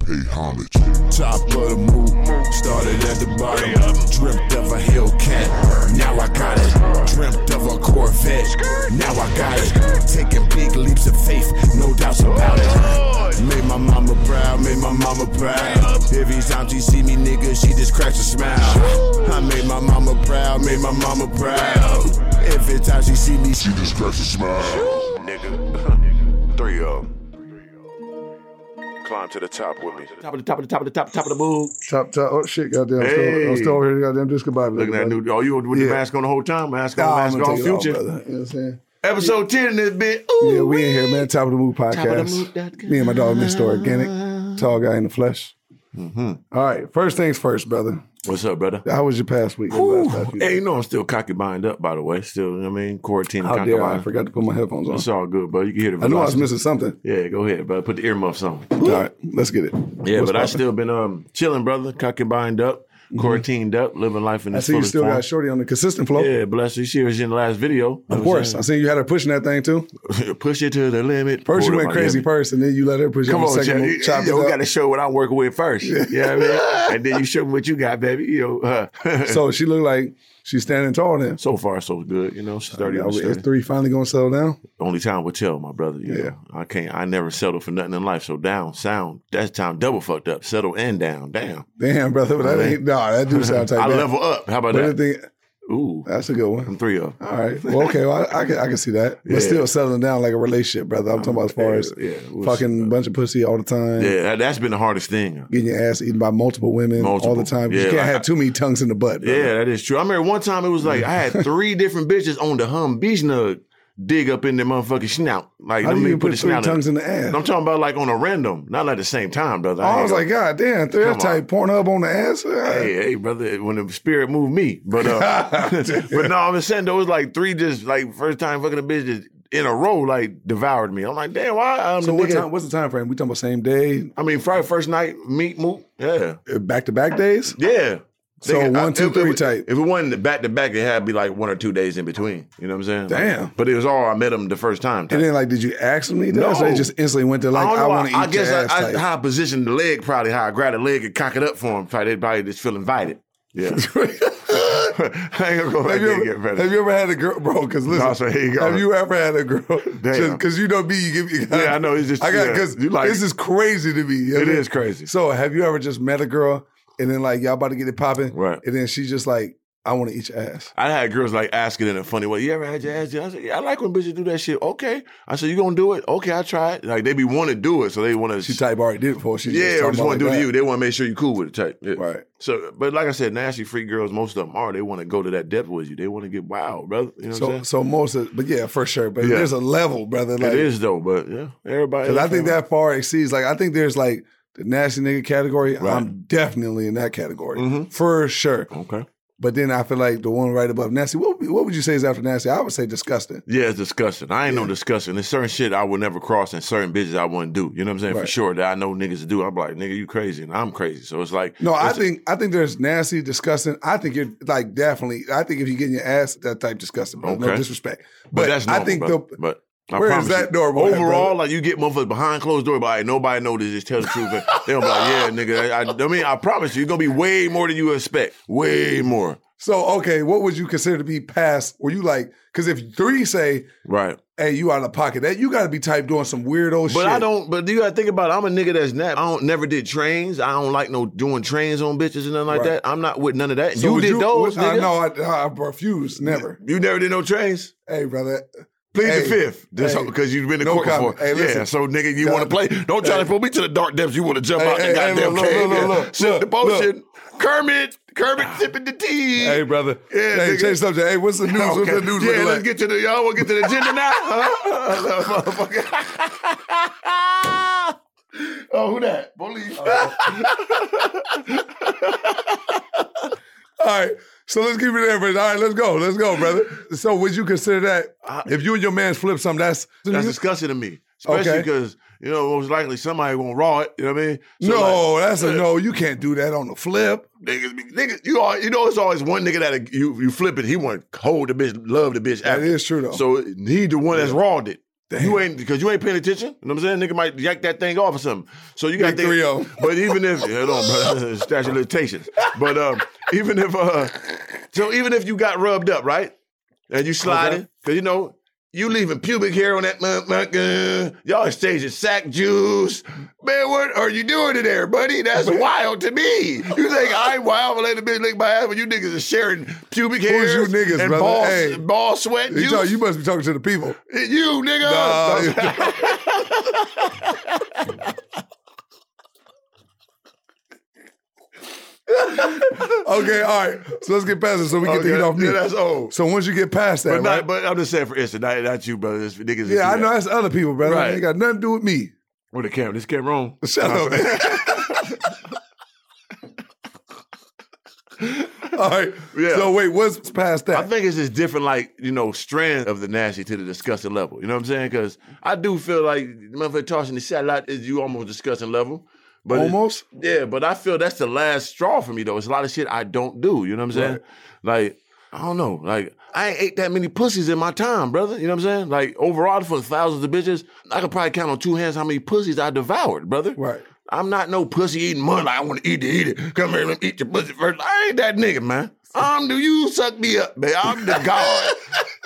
pay homage. Top of the move, started at the bottom. Dreamt of a Hellcat, now I got it. Dreamt of a Corvette, now I got it. Taking big leaps of faith, no doubts about it. Made my mama proud, made my mama proud. Every time she see me, nigga, she just cracks a smile. I made my mama proud, made my mama proud. Every time she see me, she just cracks a smile. Nigga. Three uh, of 'em. Climb to the top with me. Top of the top of the top of the top top of the mood. Chop, chop. Oh, shit, goddamn. I'm still- I'm Hey. still over here, goddamn, discombobulated. Looking at buddy. new. Oh, you with the Yeah. mask on the whole time? Mask on, Nah, I'm mask gonna off. take it off, Future. brother. You know what I'm saying? Episode ten. This bit. Ooh. Yeah, we in here, man. Top of the Move the podcast. Move dot com. Me and my dog, Mr. Organic. Tall guy in the flesh. Mm-hmm. All right. First things first, brother. What's up, brother? How was your past week? Ooh. Last past week? Hey, you know I'm still cocky bind up. By the way, still. You know what I mean, quarantine. How cocky dare I? I bind. forgot to put my headphones on. It's all good, bro. You can hear the. I knew I was velocity. missing something. Yeah, go ahead, bro. Put the earmuffs on. All right, let's get it. Yeah, What's but I poppin'? still been um chilling, brother. Cocky bind up, quarantined up, living life in Mm-hmm. I its see you fullest still form. got Shorty on the consistent flow. Yeah, bless you. She was in the last video. Of course. I see you had her pushing that thing too. push it to the limit. First you Pull to went my crazy limit. first, and then you let her push it. Come on on, the second Chad. one, You, chop you know, it we up. got to show what I'm working with first. Yeah, you know what I mean? and then you show me what you got, baby. You know, uh, So so, she looked like she's standing tall then. far so good. You know, she's 30 Yeah, on the Is straight. three finally gonna settle down? Only time will tell, my brother. You Yeah. know? I can't. I never settle for nothing in life. So down, sound. That's time double fucked up. Settle and down, down. Damn, brother, but that man. ain't nah, that do sound tight. I level up. How about but that? the thing, Ooh, that's a good one. I'm three of. 'em. All right. Well, okay. Well, I, I can I can see that, but Yeah. still settling down like a relationship, brother. I'm talking about as far as Yeah, yeah, we'll fucking bunch of pussy all the time, Yeah, that- that's been the hardest thing. getting your ass eaten by multiple women all the Multiple. time. you Yeah, can't like- have too many tongues in the butt. brother. Yeah, that is true. I remember one time it was like I had three different bitches on the Hum Beach Nug dig up in their motherfucking schnout. Like, How let do me you put put the three schnout in. tongues in the ass? And I'm talking about like on a random, not at the same time, brother. Oh, I ain't was gonna- like, uh, God damn, Come thread on. type Pornhub on the ass. hey, hey, brother, when the spirit moved me, but uh, but no, I'm just saying there was like three just like first time fucking a bitch just in a row like devoured me. I'm like, damn, why? Um, so the what nigga- time? What's the time frame? We talking about same day, I mean, Friday first night meet moot, yeah, back to back days? yeah. So Nigga, I- one, two, if- three if, type. If it wasn't back to back, it had to be like one or two days in between. You know what I'm saying? Damn. But it was all I met him the first time. type. And then like, did you actually do that? So they No. just instantly went to like, I I, don't know. I, want to eat I guess your ass. I, I, type. how I positioned the leg, probably how I grabbed the leg and cock it up for him. Probably they probably just feel invited. Yeah. I ain't gonna go have, back you there and get ever, better. have you ever had a girl, bro? Because listen, No, so here you go. have you ever had a girl? Damn. Because you know me, you give me. Yeah, I know, it's just- I got yeah, because you like- this is crazy to me. you know It what I mean? is crazy. So have you ever just met a girl and then like y'all about to get it popping, Right. And then she just like, I want to eat your ass. I had girls like asking in a funny way. You ever had your ass? done?" I said, yeah, I like when bitches do that shit. Okay. I said, you gonna do it? Okay, I try it. Like they be want to do it, so they want to. She type already did it for. her. She yeah, talking or just about want to do like that. to you. They want to make sure you cool with it type. Yeah. Right. So, but like I said, nasty free girls, most of them are. They want to go to that depth with you. They want to get wild, brother. You know what So, I'm saying? so most of, but yeah, for sure. But Yeah. there's a level, brother. Like, it is though, but yeah, everybody. 'cause I think that far exceeds. Like, I think there's like the nasty nigga category. Right. I'm definitely in that category Mhm. for sure. Okay. But then I feel like the one right above nasty. What what would you say is after nasty? I would say disgusting. Yeah, it's disgusting. I ain't no disgusting. There's certain shit I would never cross and certain bitches I wouldn't do. You know what I'm saying? For Right. sure that I know niggas do. I'm like, nigga, you crazy and I'm crazy. So it's like No, I it's- think I think there's nasty, disgusting. I think you're like definitely. I think if you get in your ass, that type disgusting. Bro. No Okay. disrespect, but, but, that's normal, I think brother. the but I Where is promise that you, normal at, Overall, brother? like you get motherfuckers behind closed door, but like, nobody know this. Just tell the truth. And they don't be like, yeah, nigga. I, I- I mean, I promise you, it's gonna be way more than you expect. Way more. so okay. What would you consider to be past? Were you like because if three say, Right. "Hey, you out of pocket," that you got to be type doing some weirdo shit. But I don't. But you gotta think about. It. I'm a nigga that's not. I don't never did trains. I don't like no doing trains on bitches and nothing like Right. that. I'm not with none of that. So you would did those, uh, nigga. no, I, I refuse. Never. You never did no trains. Hey, brother. Plead Hey, the fifth. That's hey, because you've been to no court comment. before. Hey, listen. yeah, so nigga, you want to play? Don't try to pull me to the dark depths. You want to jump Hey, out hey, the goddamn look, look, cave. look, yeah. look, Sip look, the potion. Kermit, Kermit sipping the tea. Hey, brother. Yeah, hey, nigga. change subject. Hey, what's the news? Okay. What's the news? yeah, looking let's like? get to the y'all. Want to get to the agenda now? Huh? Motherfucker. oh, who that? Police. All right. So let's keep it there, brother. All right, let's go. Let's go, brother. So would you consider that I- if you and your man flip something, that's, That's disgusting to me, especially Okay. because you know most likely somebody gonna raw it. You know what I mean? So, like, no, that's a no. You can't do that on the flip. Niggas, be- niggas, you all, you know, it's always one nigga that you you flip it. He want to hold the bitch, love the bitch. That After. is true though. So he the one that's rawed it. You ain't because you ain't paying attention. You know what I'm saying? Nigga might yank that thing off or something. So you got Big oh. 3-0. But even if hold on, bro, statute of limitations. But um, even if uh, so even if you got rubbed up, right? And you sliding because you know you leaving pubic hair on that motherfucker. Y'all exchanging sack juice. Man, what are you doing in there, buddy? That's wild to me. You think I ain't wild for letting a bitch lick my ass when you niggas are sharing pubic hair Who's you niggas, and brother? ball, Hey. ball sweat You, juice? talk, you must be talking to the people. You nigga. Nah. okay, all right. So let's get past it so we get Okay, the heat off me. yeah, that's old. So once you get past that, But, not, right? but I'm just saying, for instance, not, not you, brother. This niggas. yeah, I know that's other people, brother. Right. It ain't got nothing to do with me. With the camera, this camera on. Shut up. all right. Yeah. So wait, what's past that? I think it's just different, like you know, strand of the nasty to the disgusting level. You know what I'm saying? Because I do feel like motherfucker tossing the satellite is you almost disgusting level. But it- Almost? yeah. But I feel that's the last straw for me though. It's a lot of shit I don't do. You know what I'm saying? Like I don't know. Like I ain't ate that many pussies in my time, brother. You know what I'm saying? Like overall, for thousands of bitches, I could probably count on two hands how many pussies I devoured, brother. Right. I'm not no pussy eating mother. Like, I want to eat it, eat it. Come here, let me eat your pussy first. I ain't that nigga, man. I'm the you suck me up, man. I'm the god.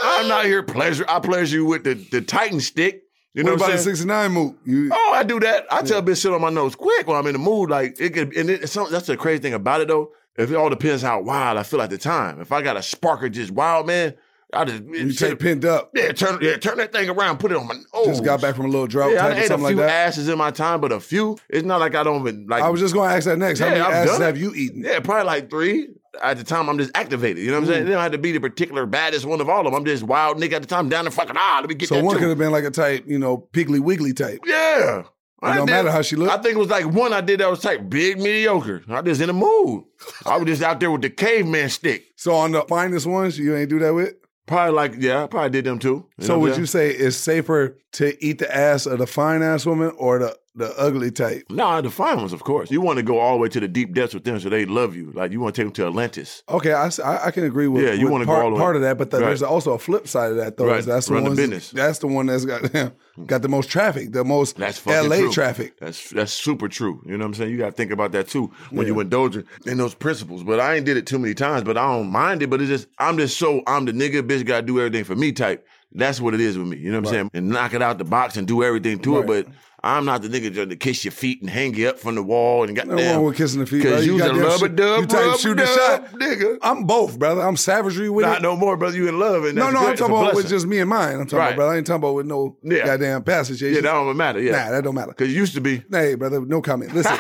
I'm not here pleasure. I pleasure you with the, the Titan stick. You know what what, about I'm the saying? 69 move? You, Oh, I do that. I tell bitch shit on my nose quick when I'm in the mood. Like it could, and it, some, that's the crazy thing about it though. If it all depends how wild I feel at the time. If I got a spark of just wild man, I just you take pinned up. yeah, turn yeah, turn that thing around, put it on my nose. Just got back from a little drought Yeah, type I done or ate a something like few that. asses in my time, but a few. It's not like I don't even like. I was just going to ask that next. How Yeah, many I've asses done it. have you eaten? Yeah, probably like three. At the time, I'm just activated. You know what I'm saying? They don't have to be the particular baddest one of all of them. I'm just wild nigga at the time, down the fucking ah. Let me get So that one too. could have been like a type, you know, Piggly Wiggly type. Yeah. I don't did- matter how she look. I think it was like one I did that was type big mediocre. I just in the mood. I was just out there with the caveman stick. So on the finest ones, you ain't do that with. Probably like yeah, I probably did them too. You So know what would I'm you say it's safer to eat the ass of the fine ass woman or the the ugly type? saying? Nah, the fine ones, of course. You want to go all the way to the deep depths with them, so they love you. Like you want to take them to Atlantis. Okay, I, s- I- I can agree with Yeah, you with wanna go part, all the way. part of that, but the, Right. there's also a flip side of that though. Right. is That's the Run the ones, business. That's the one that's got got the most traffic, the most That's fucking L.A. true. traffic. That's that's super true. You know what I'm saying? You got to think about that too when you indulging in those principles. But I ain't did it too many times. But I don't mind it. But it's just I'm just so I'm the nigga bitch got to do everything for me type. That's what it is with me. You know what I'm saying? And knock it out the box and do everything to Right. it. But I'm not the nigga just to kiss your feet and hang you up from the wall and No one goddamn. with kissing the feet. brother. Because you a goddamn rubber shoot- dub, you type rub shoot the dub, shot, nigga. I'm both, brother. I'm savagery with Not it. no more, brother. You in love and No, that's no, good. I'm It's a talking about blessing. with just me and mine. I'm talking about, Right. brother. I ain't talking about with no Yeah. goddamn passage. yeah. That don't matter. Nah, Yeah, that don't matter. because you used to be. Hey, brother, no comment. Listen,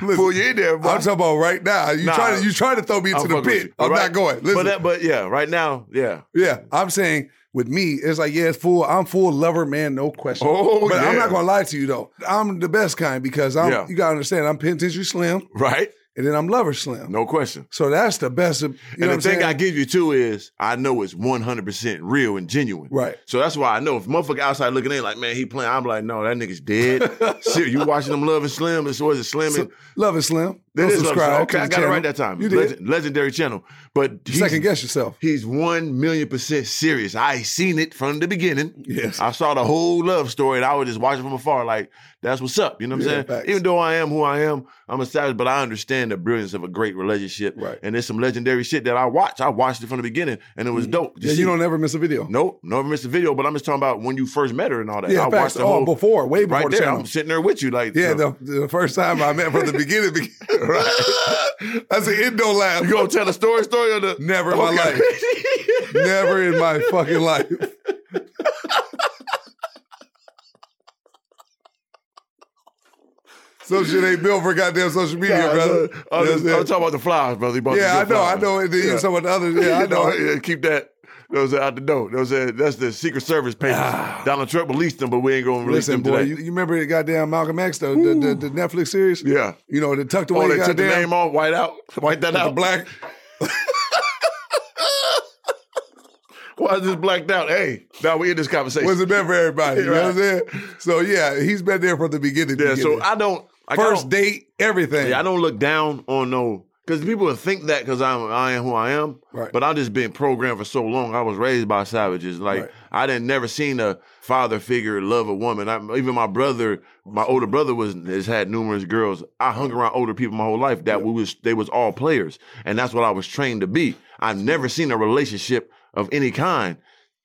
Pull you in there, boy. I'm talking about right now. You Nah. try to you try to throw me into I'm the fucking with pit. you. I'm Right? not going. Listen, But that, but yeah, right now, yeah. yeah, I'm saying with me, it's like yeah, it's full. I'm full lover man, no question. Oh, but I'm yeah. not gonna lie to you though. I'm the best kind because I'm. Yeah. You gotta understand, I'm penitentiary slim, Right? and then I'm lover slim. No question. So that's the best. Of, you know And what the I'm thing saying? I give you too is I know it's 100% real and genuine. Right. So that's why I know if motherfucker outside looking in like, man, he playing, I'm like, no, that nigga's dead. Shit, you watching them Love and Slim? It's always a Slim. So, And, love is slim. Go It is Love and Slim. subscribe. to Okay, I the got it right channel. that time. You did. Legend- legendary channel. But he's, Second guess yourself. he's 1 million percent serious. I seen it from the beginning. Yes. I saw the whole love story and I was just watching from afar, like, that's what's up. You know what I'm Yeah, saying? facts. Even though I am who I am, I'm a savage, but I understand the brilliance of a great relationship. Right. And there's some legendary shit that I watched. I watched it from the beginning and it was dope. Mm-hmm. Yeah, you don't ever miss a video. Nope, never missed a video, but I'm just talking about when you first met her and all that. Yeah, I facts. watched the Oh, whole before, way before right the there. channel. I'm sitting there with you, like Yeah, so- the, the first time I met from the beginning. beginning right. That's an indo laugh. you gonna tell a story, story or the Never in my Okay. life. Never in my fucking life. Some shit ain't built for goddamn social media, Yeah, brother. I was, I That's was it. talking about the flowers, brother. He bought yeah, the I good know, I flowers. know. And then you Yeah. some of the others. Yeah, I You know. yeah, keep that. You know what I'm saying, out the door. You know what I'm saying? That's the Secret Service papers. Donald Trump released them, but we ain't going to release Listen, them boy, today. you, you remember the goddamn Malcolm X, the, the, the, the Netflix series? yeah. You know, the tucked away Oh, they took the goddamn. name off, white out, white that out. black. Why is this blacked out? Hey, now we in this conversation. Wasn't meant for everybody. You know what I'm Right. saying? So yeah, he's been there from the beginning. yeah, beginning. so I don't. Like, I first don't- date, everything. Yeah, I don't look down on no. Because people would think that because I'm I am who I am, Right. but I've just been programmed for so long. I was raised by savages. Like Right. I didn't never seen a father figure love a woman. I, even my brother, my older brother was has had numerous girls. I hung around older people my whole life. That we was they was all players, and that's what I was trained to be. I've never seen a relationship of any kind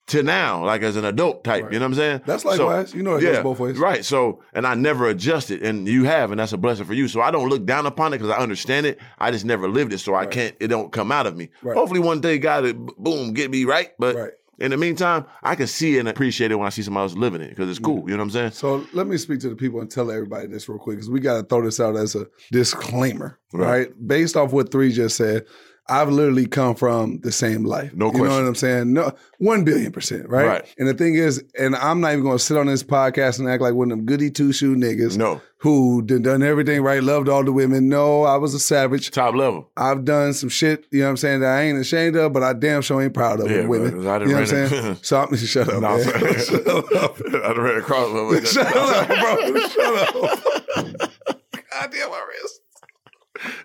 to now, like as an adult type. You know what I'm saying? That's So- likewise. You know it goes both ways. Right. So, and I never adjusted, and you have, and that's a blessing for you. So I don't look down upon it because I understand it. I just never lived it, so I can't. It don't come out of me. Right. Hopefully, one day, God, it b- boom, get me right. But Right. in the meantime, I can see and appreciate it when I see somebody else living it because it's cool. You know what I'm saying? So let me speak to the people and tell everybody this real quick because we got to throw this out as a disclaimer, Right. right. Based off what three just said, I've literally come from the same life. No you know question. what I'm saying? No, one billion percent, right? Right. And the thing is, and I'm not even going to sit on this podcast and act like one of them goody two shoe niggas No. who done, done everything right, loved all the women. No, I was a savage. Top level. I've done some shit, you know what I'm saying, that I ain't ashamed of, but I damn sure ain't proud of Yeah, with women. bro, 'cause I done you know what ran I'm it. saying? so I'm shut up. No, I'm man. sorry. shut up. I done ran across one. Shut up, bro. Shut up. Goddamn, my wrist.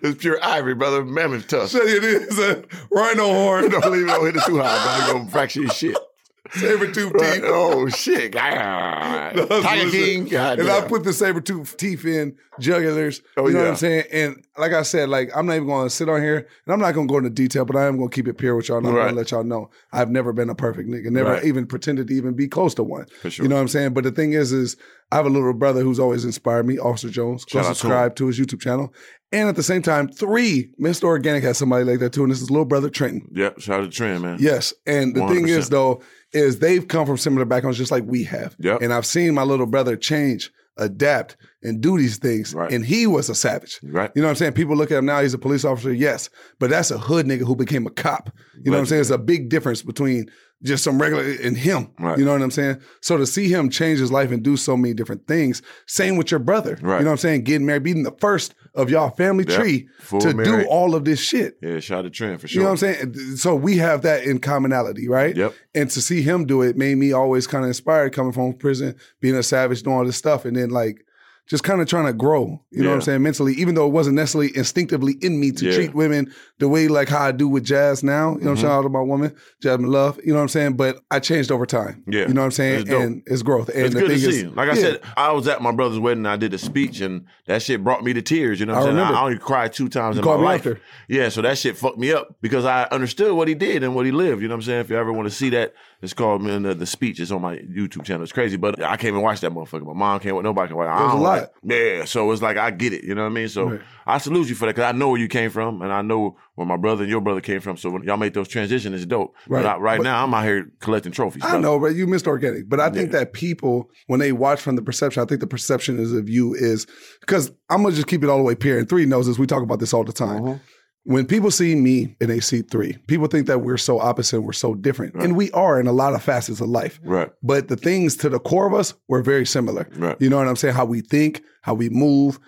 It's pure ivory, brother. Mammoth tusk. Shut it is a rhino horn. don't leave it over here too high, brother. Gonna fracture your shit. Saber tooth Right. teeth. Oh shit! Tiger Listen, King. and I Goddamn. put the saber tooth teeth in jugulars. Oh, you know yeah. what I'm saying? And like I said, like I'm not even going to sit on here, and I'm not going to go into detail, but I am going to keep it pure with y'all. And I'm Right. going to let y'all know I've never been a perfect nigga, never Right. even pretended to even be close to one. For sure. You know what I'm saying? But the thing is, is I have a little brother who's always inspired me, Officer Jones. Go Shout out to subscribe to his YouTube channel. And at the same time, three Mr. Organic has somebody like that too, and this is little brother Trenton. Yep, shout out to Trend, man. Yes, and the thing 100%. is though is they've come from similar backgrounds just like we have. Yep. And I've seen my little brother change, adapt, and do these things. Right. And he was a savage. Right. You know what I'm saying? People look at him now, he's a police officer, yes, but that's a hood nigga who became a cop. You know what I'm saying? It's a big difference between just some regular and him. Right. You know what I'm saying? So to see him change his life and do so many different things, same with your brother. Right. You know what I'm saying? Getting married, being the first of y'all family Yep. tree Full to married. do all of this shit. Yeah, shout out to Trend for sure. You know what I'm saying? So we have that in commonality, right? Yep. And to see him do it made me always kind of inspired coming from prison, being a savage, doing all this stuff, and then like just kind of trying to grow. You know what I'm Yeah. saying? Mentally, even though it wasn't necessarily instinctively in me to Yeah. Mm-hmm. treat women the way like how I do with jazz now. You know what I'm saying? Out of my woman, Jasmine Love. You know what I'm saying? But I changed over time. Yeah. You know what I'm saying? It's dope. and it's growth. And It's the good to thing see. is, you. like I yeah. said, I was at my brother's wedding. I did a speech, and that shit brought me to tears. You know what I I'm saying? remember. I only cried two times in my called me life. after. Yeah, so that shit fucked me up because I understood what he did and what he lived. You know what I'm saying? If you ever want to see that, it's called man, the, the speech. It's on my YouTube channel. It's crazy, but I can't even watch that motherfucker. My mom can't. Nobody can watch. it. I There's a lot. don't like- yeah, so it's like I get it. You know what I mean? So Right. I salute you for that because I know where you came from, and I know where my brother and your brother came from. So when y'all make those transitions, it's dope. Right. But I, right But- now, I'm out here collecting trophies. I brother. know, but you missed organic. But I think that people, when they watch from the perception, I think the perception is of you is because I'm gonna just keep it all the way pure. And three knows this. We talk about this all the time. Uh-huh. When people see me and they see three, people think that we're so opposite and we're so different. And we are in a lot of facets of life. Right. But the things to the core of us were very similar. Right. You know what I'm saying? How we think, how we move,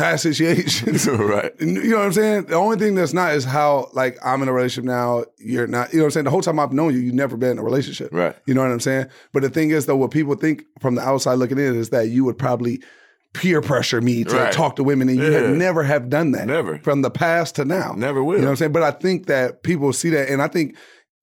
passage right. and You know what I'm saying? The only thing that's not is how like I'm in a relationship now. You're not. You know what I'm saying? The whole time I've known you, you've never been in a relationship. Right. You know what I'm saying? But the thing is though, what people think from the outside looking in is that you would probably peer pressure me to Right. talk to women, and you Yeah. had never have done that. Never. from the past to now. Never will. You know what I'm saying? But I think that people see that, and I think.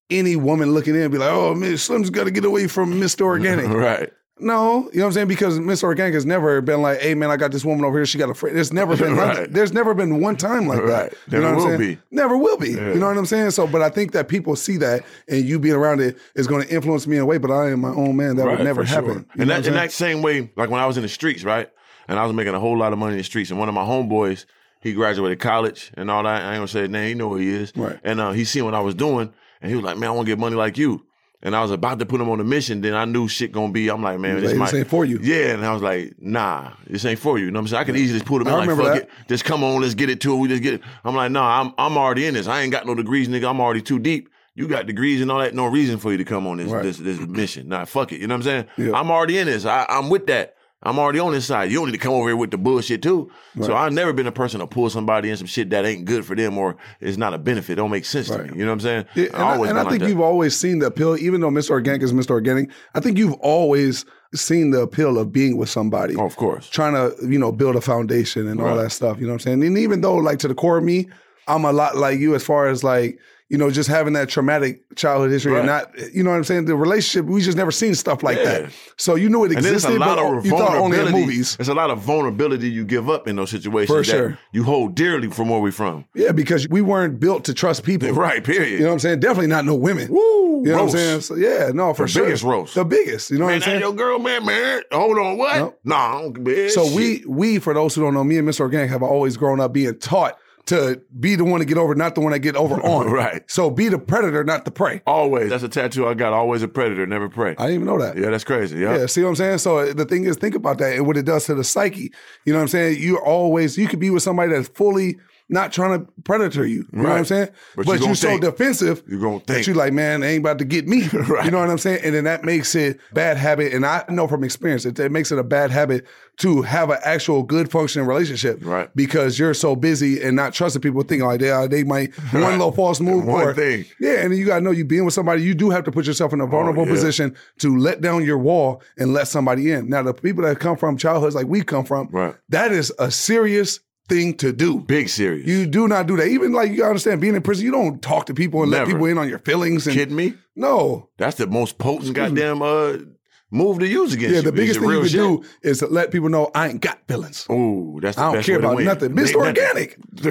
Any woman looking in be like, oh, Miss Slim's got to get away from Mr. Organic. Right. No, you know what I'm saying? Because Miss Organic has never been like, hey man, I got this woman over here, she got a friend. There's never been Right. none- there's never been one time like that. Right. You know Never what I'm will saying? be. Never will be. Yeah. You know what I'm saying? So but I think that people see that and you being around it is gonna influence me in a way, but I am my own man. That would Right, never for happen. You And know that, what I'm in that same way, like when I was in the streets, right? And I was making a whole lot of money in the streets. And one of my homeboys, he graduated college and all that. I ain't gonna say his name, he know who he is. Right. And uh, he seen what I was doing and he was like, Man, I wanna get money like you. And I was about to put him on a mission, then I knew shit gonna be. I'm like, man, Like, this this might ain't for you. Yeah, and I was like, nah, this ain't for you. You know what I'm saying? I could easily just pull him in I like, remember fuck that. it, just come on, let's get it to it. We just get it. I'm like, nah, I'm I'm already in this. I ain't got no degrees, nigga. I'm already too deep. You got degrees and all that, no reason for you to come on this Right. this this mission. Nah, fuck it. You know what I'm saying? Yeah. I'm already in this. I, I'm with that. I'm already on this side. You don't need to come over here with the bullshit too. So I've never been a person to pull somebody in some shit that ain't good for them or it's not a benefit. It don't make sense to Right. me. You know what I'm saying? Yeah, and I, and I been think like you've always seen the appeal, even though Mr. Organic is Mr. Organic, I think you've always seen the appeal of being with somebody. that. Oh, of course. trying to you know build a foundation and all Right. that stuff you know what i'm saying and even though like to the core of me I'm a lot like you as far as like, you know, just having that traumatic childhood history and Right. not, you know what I'm saying? The relationship, we just never seen stuff like that. So you knew it And then there's existed, a lot but of you thought only in vulnerability. movies. There's a lot of vulnerability you give up in those situations For that sure. you hold dearly from where we're from. Yeah, because we weren't built to trust people. Right, period. You know what I'm saying? Definitely not no women. Woo, you know roast. what I'm saying? So, yeah, no, for The sure. biggest roast. The biggest. You know man, what I'm saying? that your girl, man, man. Hold on, what? Nope. No, I don't man, So shit. we we for those who don't know, me and Mr. Organic have always grown up being taught to be the one to get over, not the one that get over on. Right. So be the predator, not the prey. always. That's a tattoo I got. Always a predator, never prey. I didn't even know that. yeah, that's crazy. Yeah. Yeah, see what I'm saying? So uh, the thing is, think about that and what it does to the psyche. You know what I'm saying? You're always you could be with somebody that's fully not trying to predator you. You know what I'm Right. saying? But you But, gonna you're so think. defensive. You gonna think. that you like, man, they ain't about to get me. Right. You know what I'm saying? And then that makes it bad habit. And I know from experience that it makes it a bad habit to have an actual good functioning relationship. Right. Because you're so busy and not trusting people, thinking like they are, they might one little false move One or- thing. Oh, Yeah, and then you gotta know you being with somebody, you do have to put yourself in a vulnerable yeah. position to let down your wall and let somebody in. Now, the people that come from childhoods like we come from, Right. that is a serious thing to do. Big serious. You do not do that. Even like you gotta understand, being in prison, you don't talk to people and let Never. people in on your feelings. And kidding me? no, That's the most potent goddamn uh, move to use against yeah, you. the biggest Is thing you it real can shit? do is to let people know I ain't got feelings. Ooh, that's the I don't best care way to about win. nothing. Mr. Organic.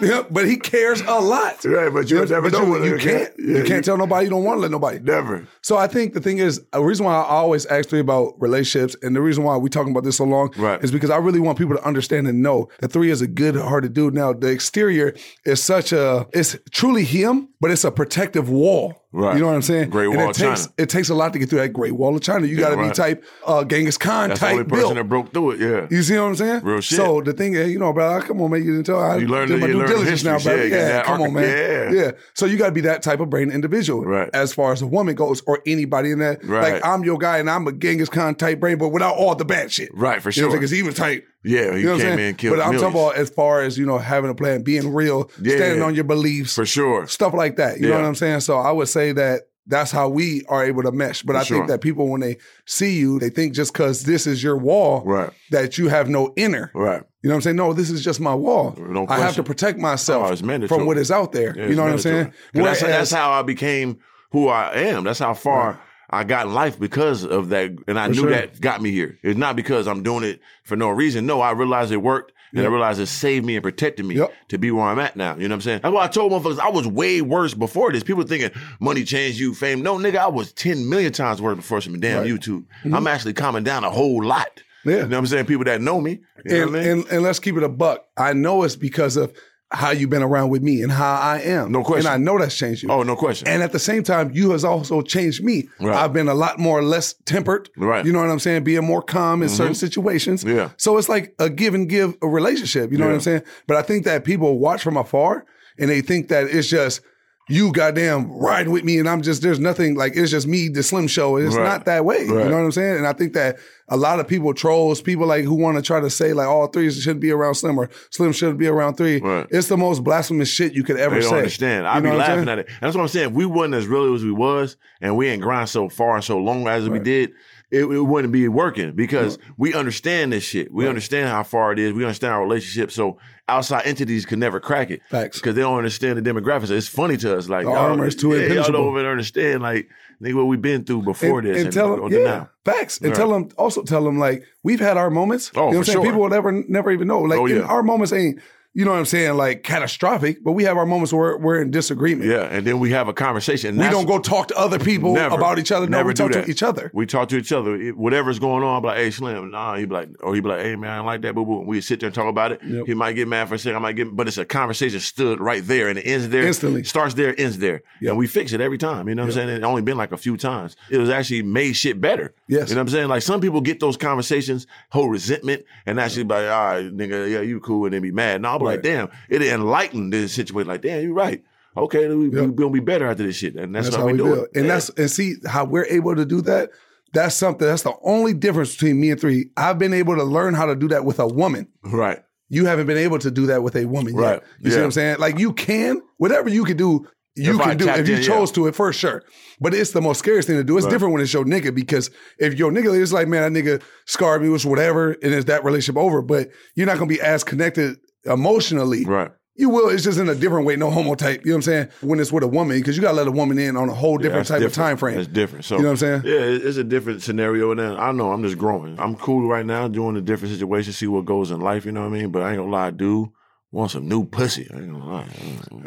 Yeah, but he cares a lot. Right, but you'll never know You, whether you it- can't. Yeah, you you- can't tell nobody. You don't want to let nobody. Never. So I think the thing is, a reason why I always ask three about relationships, and the reason why we talking about this so long, Right. is because I really want people to understand and know that three is a good hearted dude. Now the exterior is such a, it's truly him, but it's a protective wall. Right. You know what I'm saying? Great And Wall it of takes, China. It takes a lot to get through that Great Wall of China. You got to right. be type uh, Genghis Khan That's the type only person built. that broke through it. Yeah. You see what I'm saying? Real shit. So the thing is, you know, bro, come on, man, you didn't tell. I You learned- did my you due learned diligence now, history. bro. Yeah, you Yeah, got that come on, archi- man. yeah. Yeah. So you got to be that type of brain individual, Right. As far as a woman goes, or anybody in that, Right. like I'm your guy and I'm a Genghis Khan type brain, but without all the bad shit, Right, for You know what I'm sure. saying? 'Cause he was type. Yeah, he you know what I'm came saying? in and killed But I'm millions. talking about as far as you know, having a plan, being real, Yeah. standing on your beliefs, For sure. stuff like that. You Yeah. know what I'm saying? So I would say that that's how we are able to mesh. But I sure. think that people, when they see you, they think just because this is your wall, Right. that you have no inner. Right. You know what I'm saying? No, this is just my wall. No I have question. to protect myself Oh, it's mandatory. from what is out there. Yeah, you know what I'm it's mandatory. saying? 'Cause That's, Whereas- that's how I became who I am. That's how far I got in life because of that. And I For knew sure. that got me here. It's not because I'm doing it for no reason. No, I realized it worked. And I realized it saved me and protected me Yep. to be where I'm at now. You know what I'm saying? That's why I told motherfuckers I was way worse before this. People thinking money changed you, fame. No, nigga, I was 10 million times worse before some damn YouTube. I'm actually calming down a whole lot. Mm-hmm. Yeah. You know what I'm saying? People that know me. You know and, what I mean? and, and let's keep it a buck. I know it's because of how you've been around with me and how I am. No And question. I know that's changed you. oh, no question. And at the same time, you has also changed me. Right. I've been a lot more less tempered. Right. Mm-hmm. You know what I'm saying? Being more calm in certain situations. Yeah. So it's like a give and give a relationship. You know Yeah. what I'm saying? But I think that people watch from afar and they think that it's just you goddamn riding with me and I'm just there's nothing like it's just me the slim show. It's Right. not that way. Right. You know what I'm saying? And I think that a lot of people trolls, people like who want to try to say like all threes shouldn't be around slim or slim shouldn't be around three. Right. It's the most blasphemous shit you could ever They say. don't understand. I You know be what I'm saying? laughing at it. That's what I'm saying. If we wasn't as real as we was, and we ain't grind so far and so long as we did, it, it wouldn't be working because we understand this shit. We understand how far it is. We understand our relationship. So outside entities can never crack it Facts. because they don't understand the demographics. It's funny to us. Like The y'all- armor is too yeah, Y'all impenetrable. don't even understand like nigga what we've been through before this tell or them, to yeah, now. facts, and Right. tell them also tell them like we've had our moments. Oh, you know what I'm for saying? sure. People will never never even know. Like Oh, and yeah. our moments ain't, you know what I'm saying, like catastrophic, but we have our moments where we're in disagreement. Yeah, and then we have a conversation. we don't go talk to other people Never. about each other. No, Never we do talk that. to each other. We talk to each other. It- whatever's going on, I'm like, hey, Slim, nah. He'd be like, or he'd be like, hey, man, I don't like that, boo boo. We sit there and talk about it. Yep. He might get mad for a second. I might get, but it's a conversation stood right there and it ends there. Instantly. Starts there, ends there. Yep. And we fix it every time. You know what I'm saying? It only been like a few times. It was actually made shit better. Yes. You know what I'm saying? Like some people get those conversations, hold resentment, and actually be like, all right, nigga, yeah, you cool, and then be mad. No, I'm like, Right. damn, it enlightened this situation. Like, damn, you're right. Okay, we, we gonna be better after this shit, and that's, That's how, how we do build. it. And Yeah. that's and see how we're able to do that. That's something. That's the only difference between me and three. I've been able to learn how to do that with a woman. right. You haven't been able to do that with a woman Right. yet. You see Yeah. what I'm saying? Like you can, whatever you can do, you If I can do tapped if you in, yeah. chose to it for sure. But it's the most scariest thing to do. It's different when it's your nigga because if your nigga is like, man, that nigga scarred me was whatever, and is that relationship over? But you're not gonna be as connected emotionally Right. You will. It's just in a different way. No homo type. You know what I'm saying? When it's with a woman, because you got to let a woman in on a whole different type of time frame. It's different. So You know what I'm saying? Yeah, it- it's a different scenario. And then I know I'm just growing. I'm cool right now, doing a different situation, see what goes in life. You know what I mean? But I ain't gonna lie, dude, want some new pussy. I ain't gonna lie.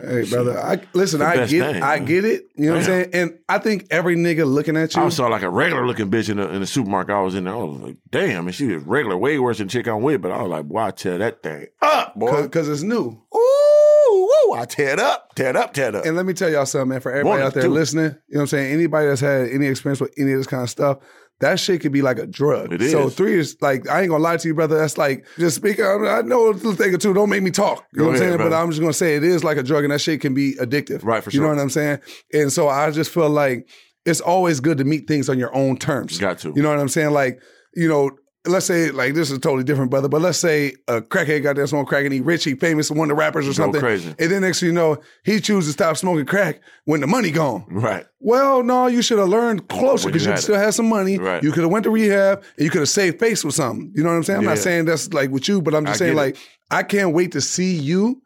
Hey, brother. I listen. the I best get. thing, I man. get it. You know what I'm Yeah. saying? And I think every nigga looking at you. I saw like a regular looking bitch in the, in the supermarket. I was in there. I was like, damn. And she was regular, way worse than chick I'm with. But I was like, boy, I tear that thing up, boy. because it's new. Ooh, woo, I tear it up, tear it up, tear it up. And let me tell y'all something, man. For everybody Woman, out there too. listening, you know what I'm saying? Anybody that's had any experience with any of this kind of stuff, that shit could be like a drug. It So is. three is like, I ain't gonna lie to you, brother. That's like just speaking. I I know a little thing or two. Don't make me talk. You Go know what I'm ahead, saying? But brother. I'm just gonna say it is like a drug, and that shit can be addictive. Right, for You know sure. what I'm saying? And so I just feel like it's always good to meet things on your own terms. Got to. You know what I'm saying? Like, you know, let's say like this is totally different, brother. But let's say a crackhead got this on crack and he rich, he famous, one of the rappers or something. crazy. And then next thing you know, he chooses to stop smoking crack when the money gone. Right. Well, no, you should have learned closer When because you you, had it. still had some money. Right. You could have went to rehab and you could have saved face with something. You know what I'm saying? I'm not Yeah. saying that's like with you, but I'm just I saying get it. like I can't wait to see you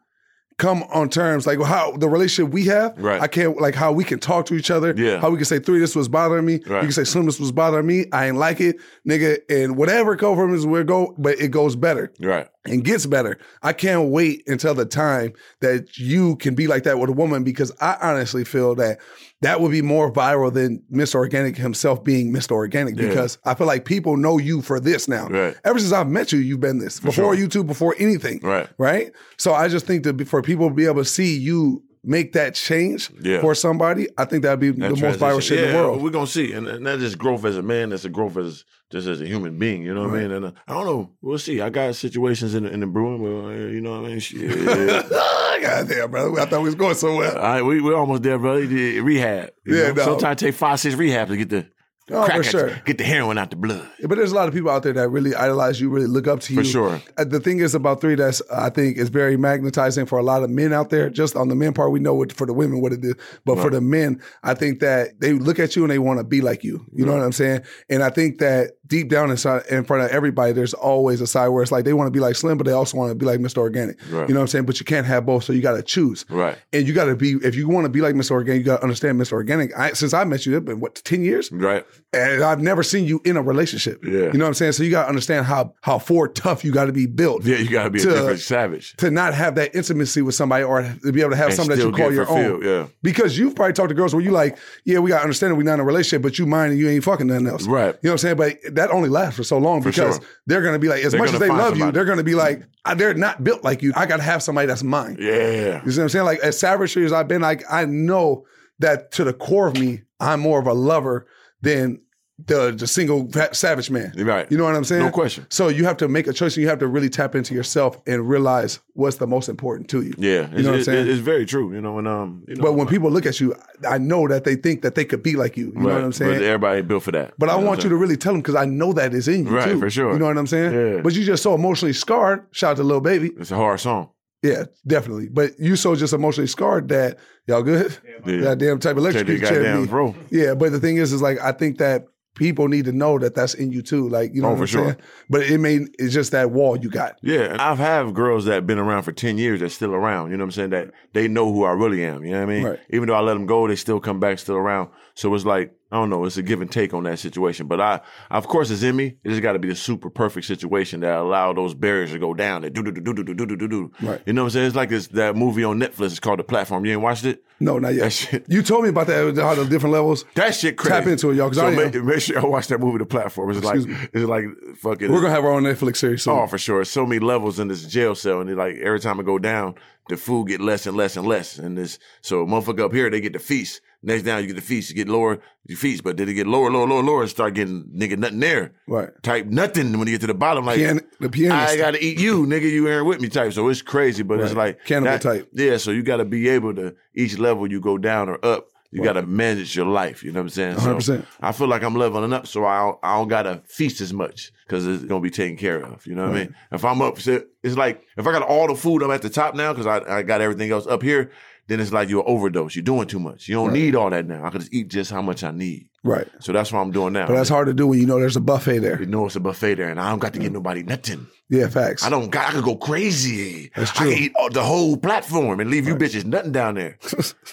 come on terms like how the relationship we have. Right. I can't like how we can talk to each other. Yeah. How we can say three, this was bothering me. Right. You can say some this was bothering me. I ain't like it, nigga. And whatever comes we go, but it goes better Right. and gets better. I can't wait until the time that you can be like that with a woman because I honestly feel that that would be more viral than Mr. Organic himself being Mr. Organic because I feel like people know you for this now. Right. Ever since I've met you, you've been this before sure. YouTube, before anything. Right. Right. So I just think that be- for people to be able to see you make that change Yeah. for somebody, I think that'd be the most viral shit in the world. We're gonna see, and, and that's just growth as a man. That's a growth as just as a human being. You know what I mean? And uh, I don't know. We'll see. I got situations in the, in the brewing. Well, you know what I mean? Shit. God damn, brother. I thought we was going somewhere. All right, we we're almost there, brother. You did Rehab. you Yeah, know? no. Sometimes take five, six rehabs to get the Oh, crack for out- sure. get the heroin out the blood. But there's a lot of people out there that really idolize you, really look up to you. For sure. Uh, The thing is about three that's I think is very magnetizing for a lot of men out there. Just on the men part, we know what for the women what it is, but for the men, I think that they look at you and they want to be like you. You know what I'm saying? And I think that deep down inside, in front of everybody, there's always a side where it's like they want to be like Slim, but they also want to be like Mr. Organic. Right. You know what I'm saying? But you can't have both, so you got to choose. Right. And you got to be if you want to be like Mr. Organic, you got to understand Mr. Organic. I, since I met you, it's been what ten years Right. and I've never seen you in a relationship. Yeah. You know what I'm saying? So you gotta understand how how for tough you gotta be built Yeah, you gotta be a To- uh, different savage. to not have that intimacy with somebody or to be able to have And something that you still call get your own. fulfilled, yeah. Because you've probably talked to girls where you like, yeah, we gotta understand that we're not in a relationship, but you mind and you ain't fucking nothing else. Right. You know what I'm saying? But that only lasts for so long because sure. they're gonna be like, as They're much gonna as they find love you, somebody. Mm-hmm. they're gonna be like, "I- they're not built like you. I gotta have somebody that's mine. Yeah. You see what I'm saying? Like as savage as I've been, like I know that to the core of me, I'm more of a lover than the the single fa- savage man. Right. You know what I'm saying? No question. So you have to make a choice and you have to really tap into yourself and realize what's the most important to you. You know what Yeah. I'm It's- it- saying? It's very true. You know, and um you know, but when people look at you, I I know that they think that they could be like you. You know right, what I'm saying? But everybody ain't built for that. But I know what want I'm you to really tell them because I know that is in you Right, too. for sure. You know what I'm saying? Yeah. But you just so emotionally scarred. Shout out to Lil Baby. saying? It's a hard song. Yeah, definitely. But you so just emotionally scarred that y'all good. Yeah. That damn type of Take electric the goddamn chair. bro. Yeah, but the thing is, is like I think that people need to know that that's in you too. Like you know Oh, what for I'm sure. saying. But it may it's just that wall you got. Yeah, and I've have girls that been around for ten years that's still around. You know what I'm saying? That they know who I really am. You know what I mean? Right. Even though I let them go, they still come back, still around. So it's like I don't know. It's a give and take on that situation. But I, of course, it's in me. It just got to be the super perfect situation that allow those barriers to go down. That do do do do do do do do do. Right. You know what I'm saying? It's like this that movie on Netflix. It's called The Platform. You ain't watched it? No, not yet. That shit- You told me about that how the different levels. That shit crazy. Tap into it, y'all, 'cause So I make, am. make sure y'all watch that movie, The Platform. It's like it's like fucking. We're gonna have our own Netflix series soon. Oh, for sure. So many levels in this jail cell, and it, like every time I go down, the food get less and less and less. And this, so motherfucker up here, they get the feast. Next down, you get the feast, you get lower, you feast, but then it get lower, lower, lower, lower, and start getting nigga nothing there. Right. Type nothing when you get to the bottom, like Pian- the pianist. I gotta eat you, nigga. You ain't with me, type. So it's crazy, but it's Right. like Cannibal type. Yeah, so you gotta be able to each level you go down or up. You gotta manage your life. You know what I'm saying? 100%. So I feel like I'm leveling up, so I don't, I don't gotta feast as much because it's gonna be taken care of. You know what I mean? If I'm up, so it's like if I got all the food, I'm at the top now because I, I got everything else up here. Then it's like you're overdose. You're doing too much. You don't need all that now. I can just eat just how much I need. Right. So that's what I'm doing now. But that's hard to do when you know there's a buffet You there. know it's a buffet there, and I don't got Mm. to get nobody nothing. Yeah, facts. I don't got. I could go crazy. That's I true. could eat all- the whole platform and leave you bitches nothing down there.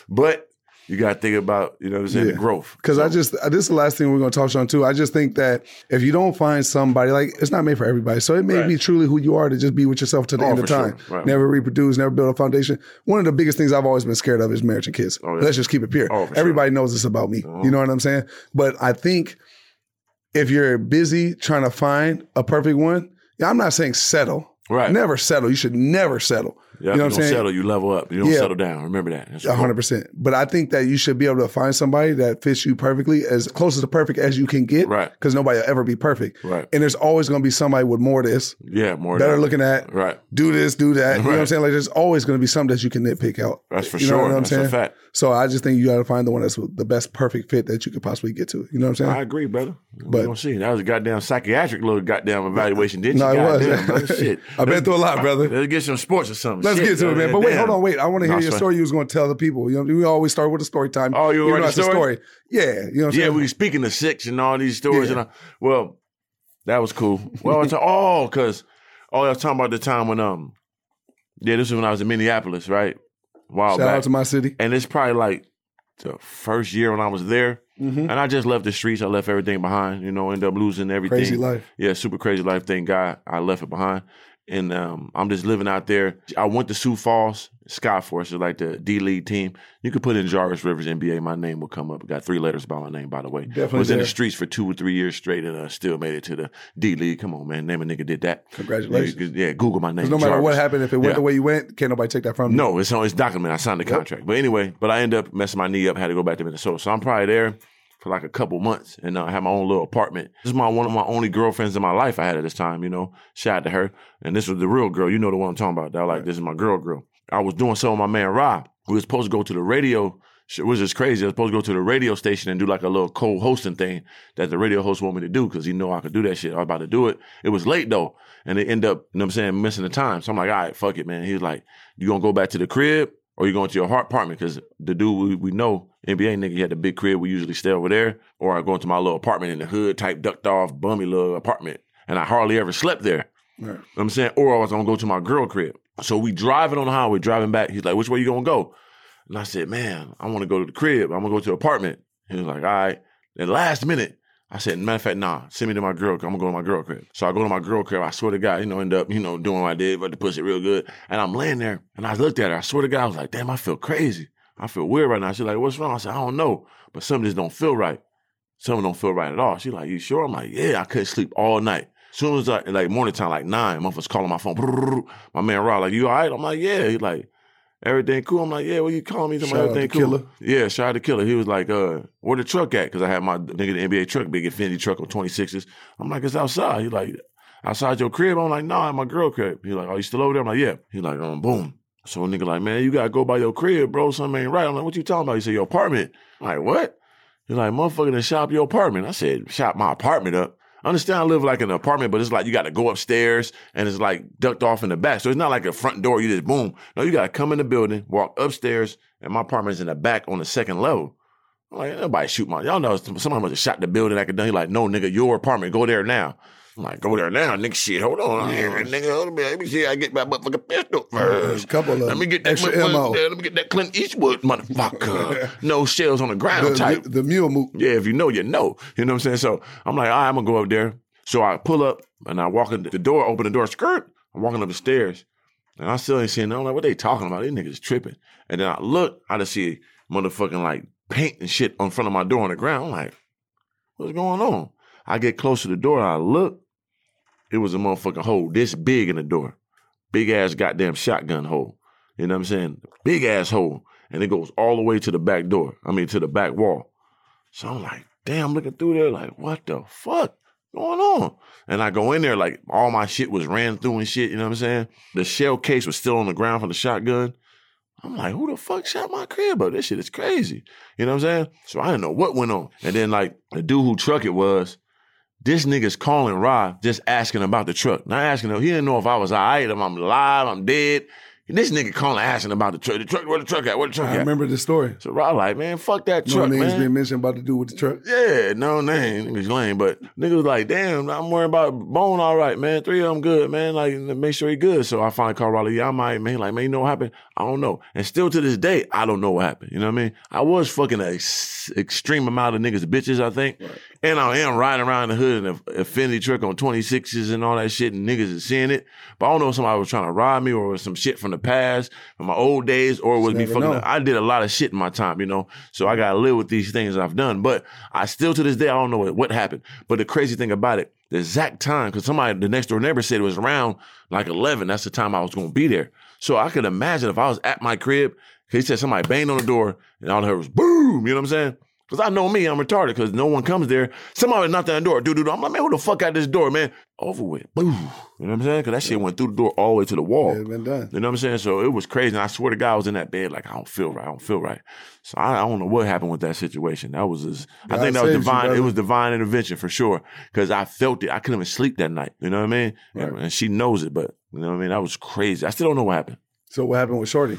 but you got to think about you know what I'm saying Yeah. the growth. Because I just uh, this is the last thing we're going to touch on too. I just think that if you don't find somebody like it's not made for everybody, so it may Right. be truly who you are to just be with yourself to the Oh, end of for sure. time. Right. Never reproduce, never build a foundation. One of the biggest things I've always been scared of is marriage and kids. Oh, yeah. Let's just keep it pure. Oh, for sure. Uh-huh. everybody knows this about me. You know what I'm saying? But I think if you're busy trying to find a perfect one, yeah, I'm not saying settle. Right. Never settle. You should never settle. Yeah, you know what I'm don't saying? settle. You level up. You don't Yeah. settle down. Remember that. That's A cool. hundred percent. But I think that you should be able to find somebody that fits you perfectly, as close to perfect as you can get. Right. Because nobody will ever be perfect. Right. And there's always going to be somebody with more of this, Yeah, more better than- looking at, Right. do this, do that. You know what I'm Right. saying? Like there's always going to be something that you can nitpick out. That's for You know sure. what I'm That's a saying? fact. So I just think you got to find the one that's the best perfect fit that you could possibly get to. You know what I'm I saying? agree, brother. But- But we gonna see. That was a goddamn psychiatric little goddamn evaluation, didn't No, you? it was. Goddamn, brother, Shit. I've been through a lot, brother. Let's get some sports or something. Let's Shit, get to it, man. But wait, damn. hold on, wait. I want to hear Nah, your son. story. You was going to tell the people. You know, what I mean? we always start with a story time. Oh, you know already it's a story? Yeah, you know. What I'm Yeah, saying? we speaking of six and all these stories, Yeah. and I, well, that was cool. Well, it's all because all oh, I was talking about the time when um, yeah, this was when I was in Minneapolis, right? Wow, Shout out to my city. and it's probably like the first year when I was there, Mm-hmm. and I just left the streets. I left everything behind. You know, ended up losing everything. Crazy life. Yeah, super crazy life. Thank God I left it behind. And um, I'm just living out there. I went to Sioux Falls, Skyforce, is like the D League team. You could put in Jarvis Rivers NBA, my name will come up. Got three letters by my name, by the way. Definitely Was in there. the streets for two or three years straight and uh, still made it to the D League. Come on, man. Name a nigga did that. Congratulations. Yeah, you could- Yeah, Google my name. Because no matter what Jarvis. happened, if it went Yeah. the way you went, can't nobody take that from you. No, it's on it's documented. I signed the contract. But anyway, but I end up messing my knee up, had to go back to Minnesota. So I'm probably there for like a couple months and uh, I had my own little apartment. This is my one of my only girlfriends in my life I had at this time, you know. Shout out to her. And this was the real girl. You know the one I'm talking about. That I like this is my girl girl. I was doing something with my man Rob. We was supposed to go to the radio shit, which is crazy. I was supposed to go to the radio station and do like a little co-hosting thing that the radio host wanted me to do because he know I could do that shit. I was about to do it. It was late though, and they end up, you know what I'm saying, missing the time. So I'm like, all right, fuck it, man. He was like, you gonna go back to the crib or you going to your heart apartment? Because the dude we, we know, NBA nigga, he had the big crib. We usually stay over there, or I go into my little apartment in the hood type, ducked off, bummy little apartment, and I hardly ever slept there. Right. You know what I'm saying? Or I was gonna go to my girl crib. So we driving on the highway, driving back. He's like, which way you gonna go? And I said, man, I wanna go to the crib. I'm gonna go to the apartment. He was like, all right. At last minute, I said, matter of fact, nah, send me to my girl crib. I'm gonna go to my girl crib. So I go to my girl crib. I swear to God, you know, end up, you know, doing what I did, but the pussy real good. And I'm laying there and I looked at her. I swear to God, I was like, damn, I feel crazy. I feel weird right now. She's like, what's wrong? I said, I don't know. But something just don't feel right something don't feel right at all. She like, you sure? I'm like, yeah, I couldn't sleep all night. Soon as I, like morning time, like nine, motherfuckers calling my phone. Brrrr. My man Rod, like, you all right? I'm like, yeah. He like, everything cool? I'm like, yeah, what you calling me? He's like, Shout out everything to cool. Killer. Yeah, shout out to Killer. He was like, uh, where the truck at? Because I had my nigga the NBA truck, big Infinity truck on 26s. I'm like, it's outside. He like, outside your crib? I'm like, no, nah, at my girl crib. He like, oh, you still over there? I'm like, yeah. He like, um, boom. So a nigga like, man, you gotta go by your crib, bro. Something ain't right. I'm like, what you talking about? He said, your apartment. I'm like, what? He's like, motherfucker, then shop your apartment. I said, shop my apartment up. I understand I live like in an apartment, but it's like you got to go upstairs and it's like ducked off in the back. So it's not like a front door, you just boom. No, you got to come in the building, walk upstairs, and my apartment's in the back on the second level. I'm like, nobody shoot my, y'all know somebody must have shot the building. I could done. He like, no, nigga, your apartment, go there now. I'm like, go there now, nigga, shit, hold on. Nigga, hold on, let me see, I get my motherfucking pistol There's first. a couple of Let me get that extra motherfucker- ammo. Let me get that Clint Eastwood motherfucker. no shells on the ground The, type. the, the mule move. Yeah, if you know, you know. You know what I'm saying? So I'm like, all right, I'm gonna go up there. So I pull up and I walk in the door, open the door, skirt. I'm walking up the stairs. And I still ain't seeing nothing. I'm like, what they talking about? These niggas tripping. And then I look, I just see motherfucking like paint and shit on front of my door on the ground. I'm like, what's going on? I get close to the door, I look, it was a motherfucking hole this big in the door. Big ass goddamn shotgun hole. You know what I'm saying? Big ass hole. And it goes all the way to the back door. I mean to the back wall. So I'm like, damn, looking through there, like, what the fuck going on? And I go in there, like, all my shit was ran through and shit, you know what I'm saying? The shell case was still on the ground from the shotgun. I'm like, who the fuck shot my crib up? This shit is crazy. You know what I'm saying? So I didn't know what went on. And then, like, the dude who truck it was, this nigga's calling Rob, just asking about the truck. Not asking him. He didn't know if I was all right, if I'm alive, I'm dead. And this nigga calling asking about the truck. The truck, where the truck at? Where the truck I at? remember the story. So Rob like, man, fuck that No truck, names man. being mentioned about the dude with the truck. Yeah, no name. Nigga's lame, but nigga was like, damn, I'm worrying about Bone all right, man. Three of them good, man. Like, make sure he good. So I finally called Raleigh, yeah, I'm all right, man. He Like, man, you know what happened? I don't know. And still to this day, I don't know what happened. You know what I mean? I was fucking an ex- extreme amount of niggas bitches, I think. And I am riding around the hood in an affinity truck on 26s and all that shit, and niggas is seeing it. But I don't know if somebody was trying to rob me or was some shit from the past, from my old days, or was me never fucking. know. I did a lot of shit in my time, you know. So I gotta live with these things I've done. But I still to this day I don't know what, what happened. But the crazy thing about it, the exact time, because somebody the next door neighbor said it was around like eleven. That's the time I was gonna be there. So I could imagine if I was at my crib, 'cause he said somebody banged on the door and all I heard was boom, you know what I'm saying? Cause I know me, I'm retarded. Cause no one comes there. Somebody knocked on the door. Dude, dude, I'm like, man, who the fuck out this door, man? Over with. Boom. You know what I'm saying? Cause that shit went through the door all the way to the wall. It had been done. You know what I'm saying? So it was crazy. And I swear to God, I was in that bed like I don't feel right. I don't feel right. So I, I don't know what happened with that situation. That was just, I God think that was saves you, divine. it brother. was divine intervention for sure. Because I felt it. I couldn't even sleep that night. You know what I mean? And- And, Right. she knows it, but you know what I mean? That was crazy. I still don't know what happened. So what happened with Shorty?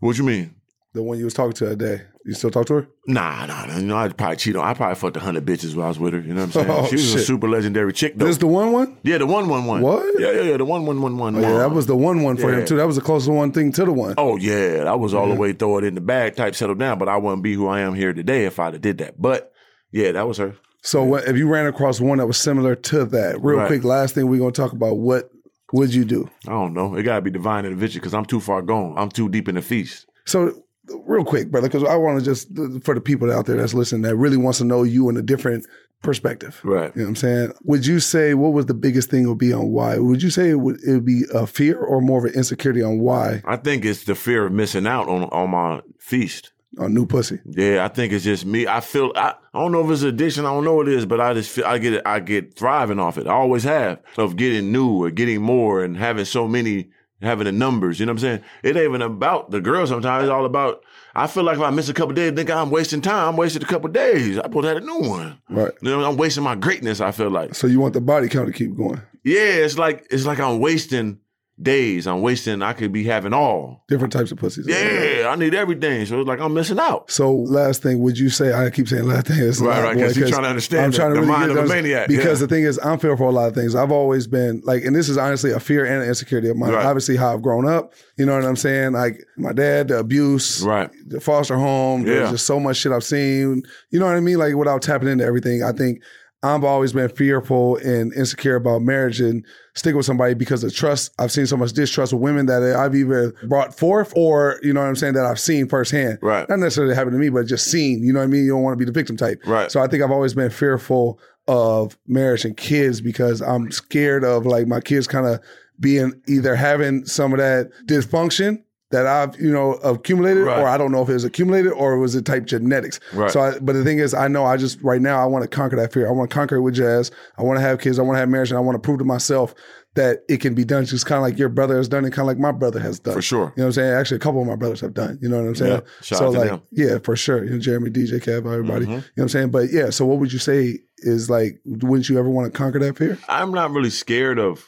What you mean? The one you was talking to that day. You still talk to her? Nah, nah, nah. You know, I'd probably cheat on. I probably fucked a hundred bitches while I was with her. You know what I'm saying? Oh, she was a shit. super legendary chick though. This the one one? yeah, the one one one. What? Yeah, yeah, yeah. The one one one one. Oh, yeah, that was the one one for Yeah. him too. That was the closest one thing to the one. Oh yeah, I was all the way throw it in the bag type settle down, but I wouldn't be who I am here today if I'd have did that. But yeah, that was her. So what, if you ran across one that was similar to that, real Right. quick, last thing we're gonna talk about, what would you do? I don't know. It gotta be divine intervention because I'm too far gone. I'm too deep in the feast. So real quick, brother, because I want to just for the people out there that's listening that really wants to know you in a different perspective. Right. You know what I'm saying? Would you say what was the biggest thing would be on why? Would you say it would it would be a fear or more of an insecurity on why I think it's the fear of missing out on on my feast. on new pussy? Yeah, I think it's just me. I feel I, I don't know if it's addiction. I don't know what it is, but I just feel I get it. I get thriving off it. I always have of getting new or getting more and having so many, having the numbers. You know what I'm saying? It ain't even about the girl. Sometimes it's all about. I feel like if I miss a couple days, think I'm wasting time. I'm wasting a couple days. I supposed to have a new one. Right. You know, I'm wasting my greatness. I feel like. So you want the body count to keep going. Yeah, it's like it's like I'm wasting days. I'm wasting. I could be having all. Different types of pussies. Yeah, I need everything. So it's like I'm missing out. So last thing, would you say? I keep saying last thing. It's a Right, lot, right, boy, 'cause you're trying to understand the- the mind of a those- maniac, Because yeah. the thing is, I'm fearful for a lot of things. I've always been like, and this is honestly a fear and an insecurity of mine. Right. Obviously, how I've grown up. You know what I'm saying? Like my dad, the abuse, Right. the foster home. Yeah. There's just so much shit I've seen. You know what I mean? Like without tapping into everything, I think I've always been fearful and insecure about marriage and sticking with somebody because of trust. I've seen so much distrust with women that I've either brought forth or, you know what I'm saying, that I've seen firsthand. Right. Not necessarily happened to me, but just seen. You know what I mean? You don't want to be the victim type. Right. So I think I've always been fearful of marriage and kids because I'm scared of like my kids kind of being either having some of that dysfunction that I've, you know, accumulated Right. or I don't know if it was accumulated or was it type genetics. Right. So I, but the thing is I know I just right now I want to conquer that fear. I want to conquer it with jazz. I want to have kids. I want to have marriage and I want to prove to myself that it can be done just kind of like your brother has done and kind of like my brother has done. For sure. You know what I'm saying? Actually a couple of my brothers have done. You know what I'm saying? Yeah. Shout so out to like them. Mm-hmm. yeah, for sure. You know, Jeremy, DJ Cab, everybody. You know what I'm saying? But yeah, so what would you say is like, wouldn't you ever want to conquer that fear? I'm not really scared of.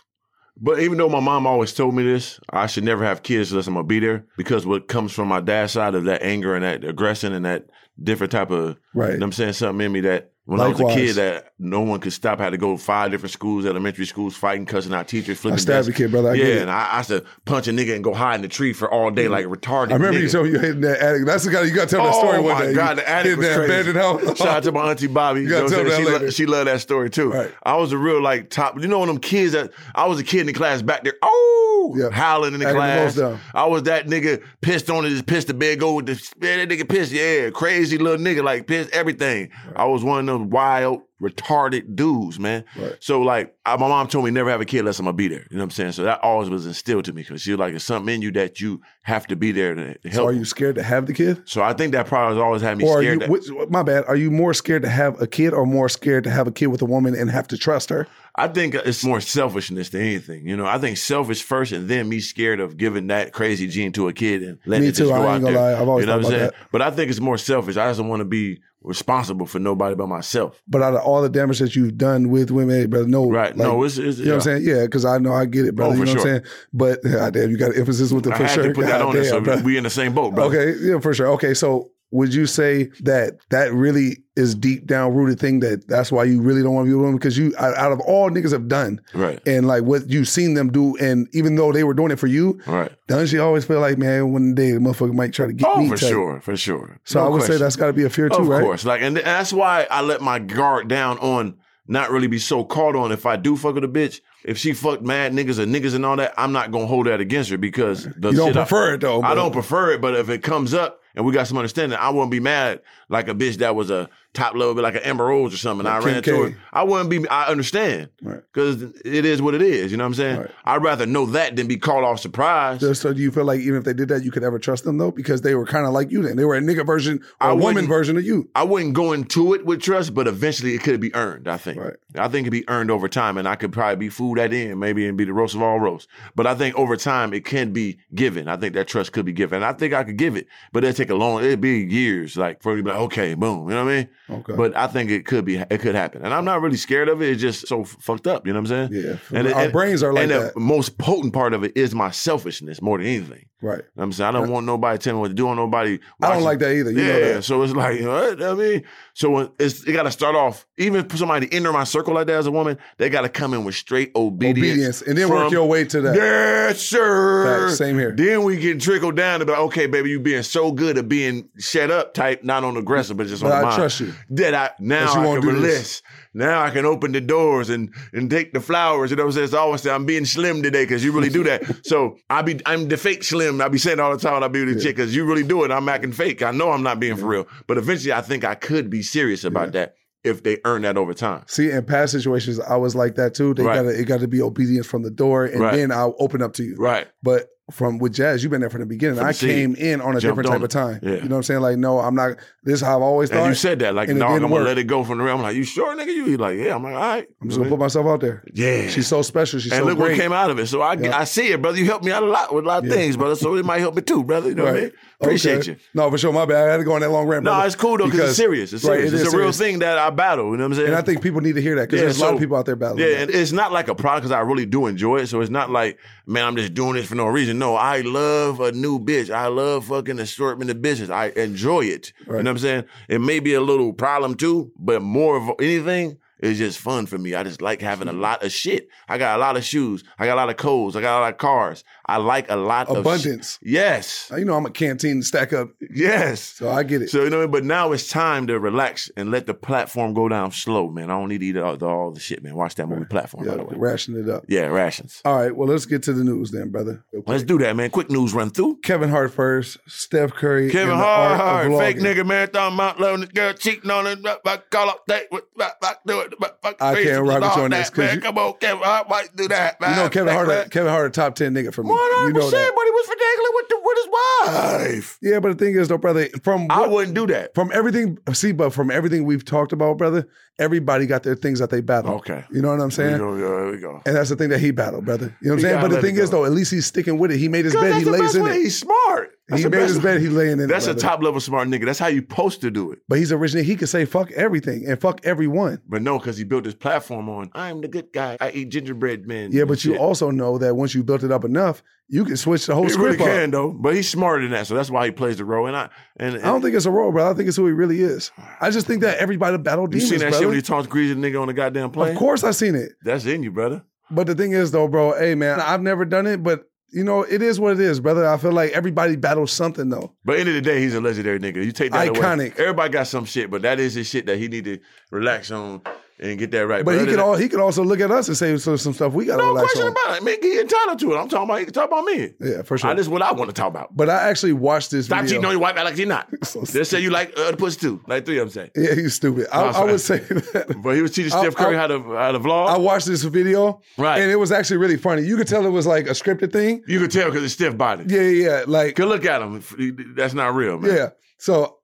But even though my mom always told me this, I should never have kids unless I'm gonna be there because what comes from my dad's side of that anger and that aggression and that different type of, you Right. know what I'm saying, something in me that when I was a Likewise. kid that no one could stop, I had to go to five different schools, elementary schools, fighting, cussing out teachers, I flipping. stabbed a desks. kid, brother. I yeah, get it. and I, I used to punch a nigga and go hide in the tree for all day like a retarded. I remember nigga. you told me you hit that attic. That's the guy you got to tell that Oh, story one my day. God, You the attic hid was that crazy. abandoned house. Shout out to my auntie Bobby. You gotta know what I'm tell saying? that She, later. lo- she loved that story too. Right. I was a real like top. You know when them kids that I was a kid in the class back there. Oh, Yep. howling in the Acting the most class. dumb. I was that nigga pissed on it, just pissed the bed, go with the yeah, that nigga pissed. Yeah, crazy little nigga like pissed everything. I was one of them wild. Retarded dudes, man. Right. So like, I, my mom told me never have a kid unless I'm gonna be there. You know what I'm saying? So that always was instilled to me because she was like, "It's something in you that you have to be there to help." So are you scared to have the kid? So I think that probably has always had me Or are scared. you, that- which, my bad, are you more scared to have a kid or more scared to have a kid with a woman and have to trust her? I think it's more selfishness than anything. You know, I think selfish first, and then me scared of giving that crazy gene to a kid and letting Me it just too, go I ain't out gonna there. lie, I've always you know thought what I'm saying? about But I think it's more selfish. I just don't want to be responsible for nobody but myself. But out of all the damage that you've done with women, hey, brother, no, Right? like, no, it's, it's You know what I'm saying? Yeah, because I know I get it, brother. Oh, you for know what sure. I'm saying? But God damn, you got emphasis with the I for had sure. to put that God on there, damn, so brother. we in the same boat, bro. Okay, yeah, for sure. Okay, so would you say that that really is deep down rooted thing that that's why you really don't want to be with women because you out out of all niggas have done Right. and like what you've seen them do and even though they were doing it for you, Right. don't you always feel like man one day the motherfucker might try to get Oh, me? for type. sure, for sure. So No I would question. say that's got to be a fear too, of right? course. Like, and th- that's why I let my guard down on not really be so caught on if I do fuck with a bitch. If she fucked mad niggas and niggas and all that, I'm not gonna hold that against her because the You don't shit I- prefer it though. I but- don't prefer it, but if it comes up and we got some understanding, I wouldn't be mad like a bitch that was a top level, like an Amber Rose or something. Like I ran Kim into K. her. I wouldn't be. I understand Right. because it is what it is. You know what I'm saying? Right. I'd rather know that than be caught off surprise. So, so do you feel like even if they did that, you could ever trust them though? Because they were kind of like you then. They were a nigga version or I a woman wouldn't- version of you. I wouldn't go into it with trust, but eventually it could be earned. I think. Right. I think it'd be earned over time, and I could probably be fooled that in, maybe, and be the roast of all roasts. But I think over time it can be given. I think that trust could be given. And I think I could give it, but it'd take a long. It'd be years, like for me to be like, okay, boom, you know what I mean? Okay. But I think it could be. It could happen, and I'm not really scared of it. It's just so f- fucked up. You know what I'm saying? Yeah. And it- Our and- brains are like and that. the most potent part of it is my selfishness more than anything. right. You know what I'm saying I don't want nobody telling me what to do. On nobody. I don't watching- like that either. You yeah, know that. so it's like what? I mean, so when it's it got to start off. Even for somebody to enter my circle like that as a woman, they got to come in with straight obedience, Obedience. And then work from- your way to that. Yes, sir. Facts. Same here. Then we can trickle down to be like, okay, baby, you being so good at being shut up type, not on aggressive, but just But on the I mind. trust you. That I now That you I won't can do this. release. Now I can open the doors and and take the flowers. You know what I'm saying? So I always say I'm being slim today because you really do that. so I be I'm the fake slim. I be saying all the time I be with the chick because you really do it. I'm acting fake. I know I'm not being for real. But eventually I think I could be serious about that if they earn that over time. See, in past situations, I was like that too. They Right. gotta it gotta be obedience from the door and Right. then I'll open up to you. Right. But from with jazz, you've been there from the beginning. From I the seed. came in on a Jumped different type on of time. it. Yeah. You know what I'm saying? Like, no, I'm not this is how I've always thought. And you said that like, and it no, I'm didn't gonna work. let it go from the realm. I'm like, you sure, nigga? You He like, yeah? I'm like, all right. I'm just gonna put myself out there. Yeah. She's so special. She's and so look great. what came out of it. So I, Yeah. I see it, brother. You helped me out a lot with a lot of things, brother. So it might help me too, brother. You know what I mean? Appreciate Okay. you. No, for sure. My bad. I had to go on that long rant. No, brother, it's cool though because it's serious. It's right, serious. it it's is a real serious. thing that I battle. You know what I'm saying? And I think people need to hear that because Yeah, there's a lot so- of people out there battling. Yeah, that. and it's not like a product because I really do enjoy it. So it's not like, man, I'm just doing this for no reason. No, I love a new bitch. I love fucking assortment of bitches. I enjoy it. You Right. know what I'm saying? It may be a little problem too, but more of anything, it's just fun for me. I just like having a lot of shit. I got a lot of shoes. I got a lot of clothes. I got a lot of cars. I like a lot of abundance. shit. Yes. You know, I'm a canteen stack up, Yes. Uh, so I get it. So you know, what I mean? but now it's time to relax and let the platform go down slow, man. I don't need to eat all the, all the shit, man. Watch that movie platform, yeah, by the way. ration it up. Yeah, rations. All right, well, let's get to the news then, brother. Let's do that, man. Quick news run through. Kevin Hart first, Steph Curry. Kevin and the Hard, art Hard, of fake vlogging. nigga, man, talking about loving this girl, cheating on it, but- but call up that, but- but- but do it, but- but- I can't rock with you on this, 'cause man. you- Come on, Kevin Hart, why you do that, man? You know Kevin Hart, Man. Kevin Hart, a top ten nigga for me. You 100%, know that. but he was finagling with, the, with his wife. Yeah, but the thing is, though, brother, from I what- wouldn't do that. from everything, see, but from everything we've talked about, brother, everybody got their things that they battle. Okay. you know what I'm Here saying? we go, yeah, here we go. And that's the thing that he battled, brother. You know what I'm You saying? gotta But the let it thing is, go. though, at least he's sticking with it. He made his 'Cause bed. that's He the lays best in way. it. He's smart. That's He the made best his way. bed. He laying in it. That's a brother. top level smart nigga. That's how you supposed to do it. But he's originally he could say fuck everything and fuck everyone. But no, because he built his platform on I'm the good guy. I eat gingerbread men. Yeah, and but you shit. also know that once you built it up enough, you can switch the whole He really script can up. though, but he's smarter than that, so that's why he plays the role. And I and, I don't and think it's a role, bro. I think it's who he really is. I just think that everybody battle you demons, seen that shit brother. when he talks greasy nigga on the goddamn plane. of course, I've seen it. that's in you, brother. But the thing is, though, bro. Hey, man, I've never done it, but you know, it is what it is, brother. I feel like everybody battles something though. But end of the day, he's a legendary nigga. You take that away. Iconic. Everybody got some shit, but that is his shit that he need to relax on and get that right. But he other could than- all he could also look at us and say so, some stuff we got to no relax question on. about it. Man, he entitled to it. I'm talking about he can talk about me. yeah, for sure. I, this is what I want to talk about. but I actually watched this Stop video. cheating on your wife, act like you not. So Just say you like uh, the pussy too, like three. I'm saying. yeah, he's stupid. I, No, I would say sorry. that. But he was teaching Steph I- I- Curry how to how to vlog. I watched this video, Right. and it was actually really funny. You could tell it was like a scripted thing. you could tell because it's Steph body. Yeah, yeah, yeah. like Good look at him. That's not real, man. yeah. So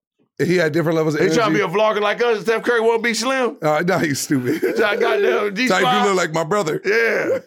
He had different levels of They energy. trying to be a vlogger like us. Steph Curry won't be slim. uh, no, he's stupid. I goddamn Type you look D5. like my brother. Yeah.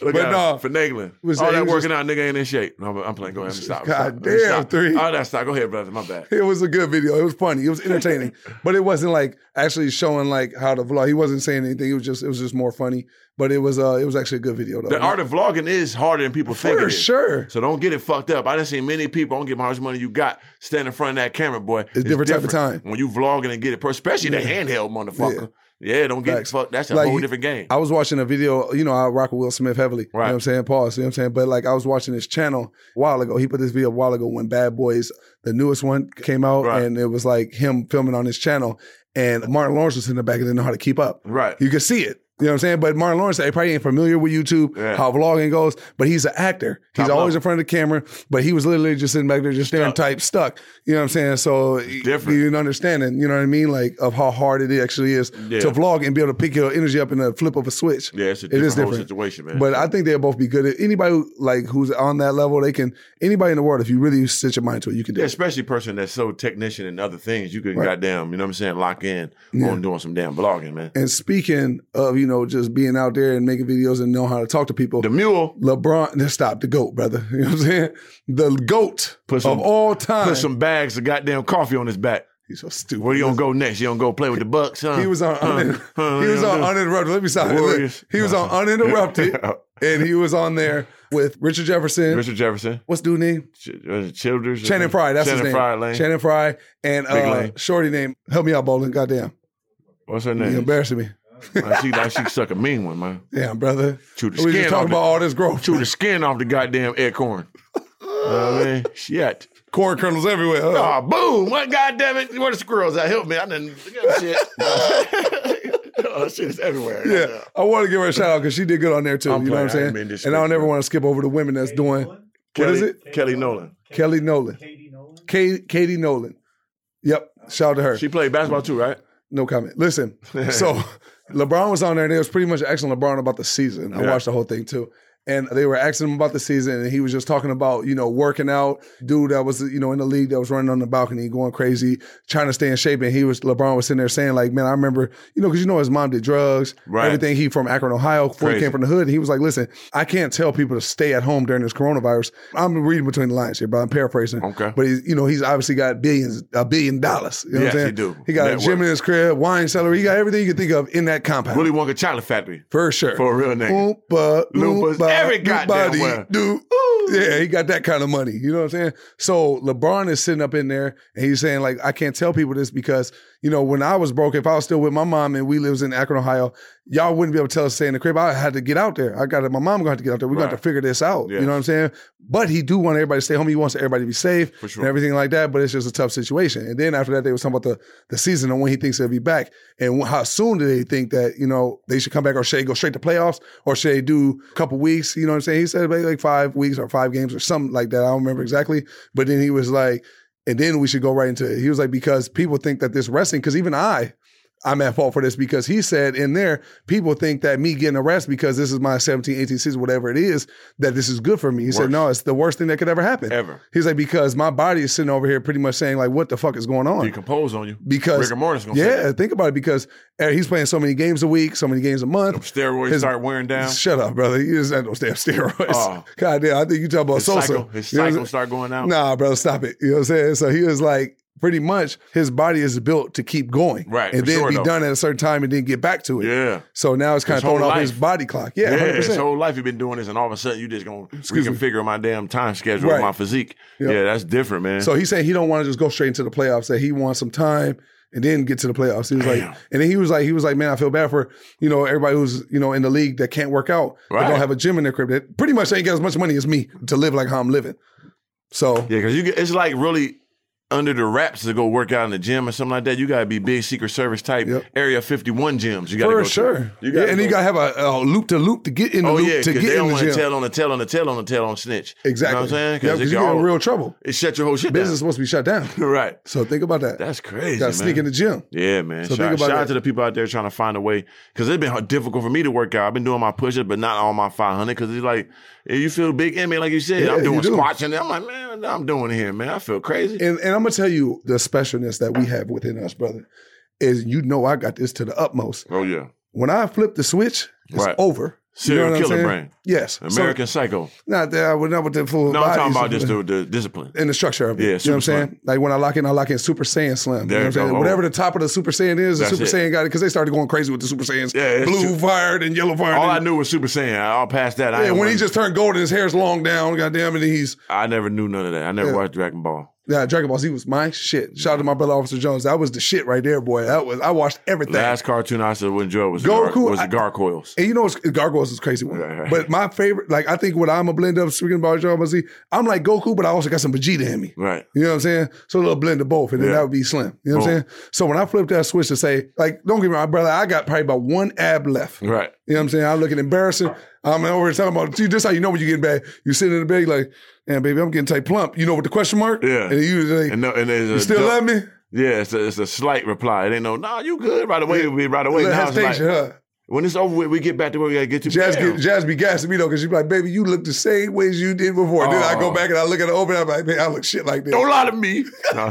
Look But at no. him, finagling. was- all he that was working out, nigga ain't in shape. No, I'm, I'm playing. Go ahead. Stop. God stop, damn, stop. three. Oh, that's stop. Go ahead, brother. My bad. It was a good video. It was funny. It was entertaining, but it wasn't like actually showing like how to vlog. He wasn't saying anything. It was just it was just more funny. But it was uh it was actually a good video though. The art of vlogging is harder than people think. it for is. sure. So don't get it fucked up. I done seen many people. I don't give how much money you got. Stand in front of that camera, boy. It's, different type of time. when you vlogging and get it, per- especially the handheld motherfucker. Yeah, don't get Facts. it fucked. That's a Like, whole you- different game. I was watching a video, you know, I rock with Will Smith heavily. You know Right. what I'm saying? Pause. You know what I'm saying? But like I was watching his channel a while ago. He put this video a while ago when Bad Boys, the newest one, came out Right. and it was like him filming on his channel. And Martin Lawrence was in the back and didn't know how to keep up. Right. You could see it. You know what I'm saying? But Martin Lawrence, they probably ain't familiar with YouTube, Yeah. how vlogging goes, but he's an actor. He's Top always level. in front of the camera, but he was literally just sitting back there, just staring Stuck. type stuck. You know what I'm saying? So different. you didn't understand it. You know what I mean? Like of how hard it actually is Yeah. to vlog and be able to pick your energy up in a flip of a switch. yeah, it's a It different, is whole different. situation, man. But I think they'll both be good. Anybody who, like who's on that level, they can. Anybody in the world, if you really set your mind to it, you can do. Yeah, it. especially a person that's so technician and other things, you can Right. goddamn, you know what I'm saying, lock in Yeah. on doing some damn blogging, man. And speaking of, you know, just being out there and making videos and know how to talk to people, The mule LeBron, let's stop the goat, brother. You know what I'm saying? The goat Put some- of all time. put some bags of goddamn coffee on his back. He's so stupid. Where you gonna go next? You don't go play with the Bucks, huh? He was on unin- huh, he was huh, on huh. uninterrupted. Let me stop. Warriors. He was on uninterrupted, and he was on there with Richard Jefferson. Richard Jefferson, What's dude name? Ch- uh, Childers, Shannon Fry. That's Shannon his name. Fry Lane. Shannon Fry and Big uh, Lane. Shorty name. Help me out, Bowling. Goddamn, What's her you name? embarrassing me. Like, she, like, she suck a mean one, man. Damn, brother. Chew the we skin just off talking the- about all this growth. Chew the skin off the goddamn acorn. You know what I mean? Shit. corn kernels everywhere. huh? Oh, boom! What goddamn it? Where the squirrels at? Help me! I didn't shit. oh, shit is everywhere. yeah, I want to give her a shout out because she did good on there too. I'm you know playing. what I ain't I'm being saying? And I don't ever disrespectful. want to skip over the women that's doing Kelly, what is it? Kelly Nolan. Kelly Nolan, Katie Nolan, Katie Nolan. Yep, shout out to her. She played basketball too, right? No comment. Listen, so LeBron was on there, and it was pretty much asking LeBron about the season. I Yeah. watched the whole thing too. And they were asking him about the season, and he was just talking about, you know, working out. Dude that was, you know, in the league that was running on the balcony, going crazy, trying to stay in shape. And he was, LeBron was sitting there saying, like, man, I remember, you know, because you know his mom did drugs, Right. everything. He from Akron, Ohio, before he Crazy. came from the hood. And he was like, listen, I can't tell people to stay at home during this coronavirus. I'm reading between the lines here, but I'm paraphrasing. Okay. But he's, you know, he's obviously got billions, a billion dollars. You know Yes, what he I'm saying? do. He got Network. a gym in his crib, wine cellar. He got everything you can think of in that compound. Willy Wonka Chocolate Factory. for sure. For a real Mm-hmm. nigga. Oompa, Loompas, loompa, every goddamn loompa-dee, where. doo. Yeah, he got that kind of money. You know what I'm saying? So LeBron is sitting up in there and he's saying, like, I can't tell people this because, you know, when I was broke, if I was still with my mom and we lives in Akron, Ohio, y'all wouldn't be able to tell us to stay in the crib. I had to get out there. I got to, my mom gonna have to get out there. We're gonna Right. have to figure this out. Yes. You know what I'm saying? But he do want everybody to stay home. He wants everybody to be safe For sure. and everything like that. But it's just a tough situation. And then after that, they was talking about the, the season and when he thinks he'll be back and wh- how soon do they think that you know they should come back or should they go straight to playoffs or should they do a couple weeks? You know what I'm saying? He said like, like five weeks or five games or something like that. I don't remember exactly. But then he was like, and then we should go right into it. He was like because people think that this resting because even I. I'm at fault for this because he said in there, people think that me getting a rest because this is my 17, 18 season, whatever it is, that this is good for me. He said, Worse. no, it's the worst thing that could ever happen. Ever. He's like, because my body is sitting over here pretty much saying, like, what the fuck is going on? Decompose on you. because Rigor mortis gonna say yeah, that. think about it. Because eh, he's playing so many games a week, so many games a month. Steroids His- start wearing down. Shut up, brother. You just had no damn steroids. Oh. God damn, I think you talking about His Sosa. cycle, his You know what cycle I'm start going out. saying? Nah, brother, stop it. You know what I'm saying? So he was like, pretty much, his body is built to keep going, Right, and for then sure, be though. done at a certain time and then get back to it. Yeah. So now it's kind His of throwing whole off his life. body clock. Yeah, Yeah, 100%. his whole life you've been doing this, and all of a sudden you just gonna me. reconfigure my damn time schedule, Right. my physique. Yep. Yeah, that's different, man. So he said he don't want to just go straight into the playoffs. That he wants some time and then get to the playoffs. He was Damn. like, and then he was like, he was like, man, I feel bad for you know everybody who's you know in the league that can't work out, that Right. don't have a gym in their crib, that pretty much ain't got as much money as me to live like how I'm living. So yeah, because you get, it's like really under the wraps to go work out in the gym or something like that. You gotta be big Secret Service type Yep. Area 51 gyms. You gotta for go to. sure, You yeah, gotta and go you gotta have a loop to loop to get in the Oh loop yeah, to because get they in don't the want gym. to tell on the tell on the tell on the tell on snitch. exactly, You know what I'm saying? yeah, it because you can get in all- real trouble. It shut your whole shit Business is supposed to be shut down. down. right. So think about that. That's crazy. gotta sneak man. in the gym. Yeah, man. So shout think about shout out that. to the people out there trying to find a way because it's been hard- difficult for me to work out. I've been doing my push ups, but not all my 500 because it's like, eh, you feel big in me, like you said. Yeah, I'm you doing do. squats and I'm like, man, what I'm doing here, man. I feel crazy. And and I'm I'm gonna tell you the specialness that we have within us, brother. Is you know I got this to the utmost. Oh yeah, When I flip the switch, it's Right. over. You know serial what I'm killer saying? brain, Yes, American Psycho. So, not that I would never the full. No, I'm talking bodies, about just but- the, the discipline. and the structure of it. Yeah, you know what I'm Super saying? Like when I lock in, I lock in Super Saiyan Slim. you know what There I'm you go. saying? Oh. Whatever the top of the Super Saiyan is, the That's Super it. Saiyan got it because they started going crazy with the Super Saiyans. Yeah, it's blue true. fired and yellow fired. All I and, knew was Super Saiyan. I'll pass that. I yeah, ain't when he one- just turned gold and his hair's long down, goddamn, and he's I never knew none of that. I never watched Dragon Ball. yeah, Dragon Ball Z was my shit. Shout out to my brother Officer Jones. That was the shit right there, boy. That was I watched everything. Last cartoon I saw enjoy was Goku, the gar- was I- the Gargoyles. and you know, it's, Gargoyles is a crazy one. Right, right. But my favorite, like, I think what I'm a blend of, speaking about Dragon Ball Z, I'm like Goku, but I also got some Vegeta in me. Right. You know what I'm saying? So a little blend of both, and then Yeah. that would be slim. You know what I'm Boom. saying? So when I flip that switch to say, like, don't get me wrong, brother, I got probably about one ab left. Right. You know what I'm saying? I'm looking embarrassing. I'm over here talking about, see, this how you know when you get bad. You sitting in the bed, like, damn, baby, I'm getting tight plump. You know, with the question mark? Yeah. And you like, And no, and there's you a still dou- love me? Yeah, it's a, it's a slight reply. It ain't no, nah, you good right away. It would be right away. Little Now it's hesitation, like, huh? when it's over with, we get back to where we gotta get to. Jazz, Damn. get, Jazz be gassing me though, because she's like, baby, you look the same way as you did before. Then I go Aw. back and I look at the open, I'm like, man, I look shit like this. Oh. Don't lie to me. Nah.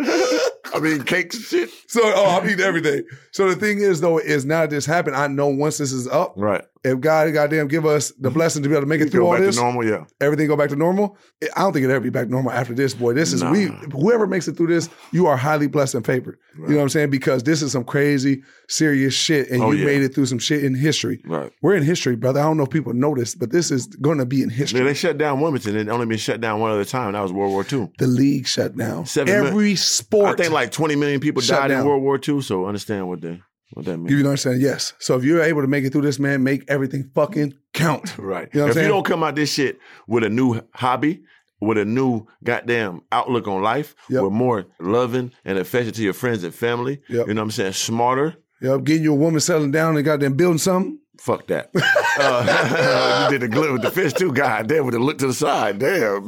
I mean, cakes and shit. So, oh, I'm eating everything. So the thing is, though, is now that this happened, I know once this is up, Right. if God, goddamn, give us the blessing to be able to make it through Go all back this, to normal. Yeah. everything go back to normal. I don't think it'll ever be back to normal after this, boy. This is Nah. we whoever makes it through this, you are highly blessed and favored. You know what I'm saying? Because this is some crazy, serious shit, and Oh, you yeah. made it through some shit in history. Right. We're in history, brother. I don't know if people notice, but this is going to be in history. Yeah, they shut down Wilmington. It only been shut down one other time. That was World War II. The league shut down. Seven mil- Every I sport. think like 20 million people Shut died down. in World War II. So understand what they what that means. you understand? Yes. So if you're able to make it through this, man, make everything fucking count. Right. You know what I'm if saying? you don't come out this shit with a new hobby, with a new goddamn outlook on life, Yep. with more loving and affection to your friends and family, Yep. you know what I'm saying? Smarter, Yep, getting you a woman settling down and goddamn building something. fuck that. uh, you did the glue with the fish too, God damn, with the look to the side. Damn.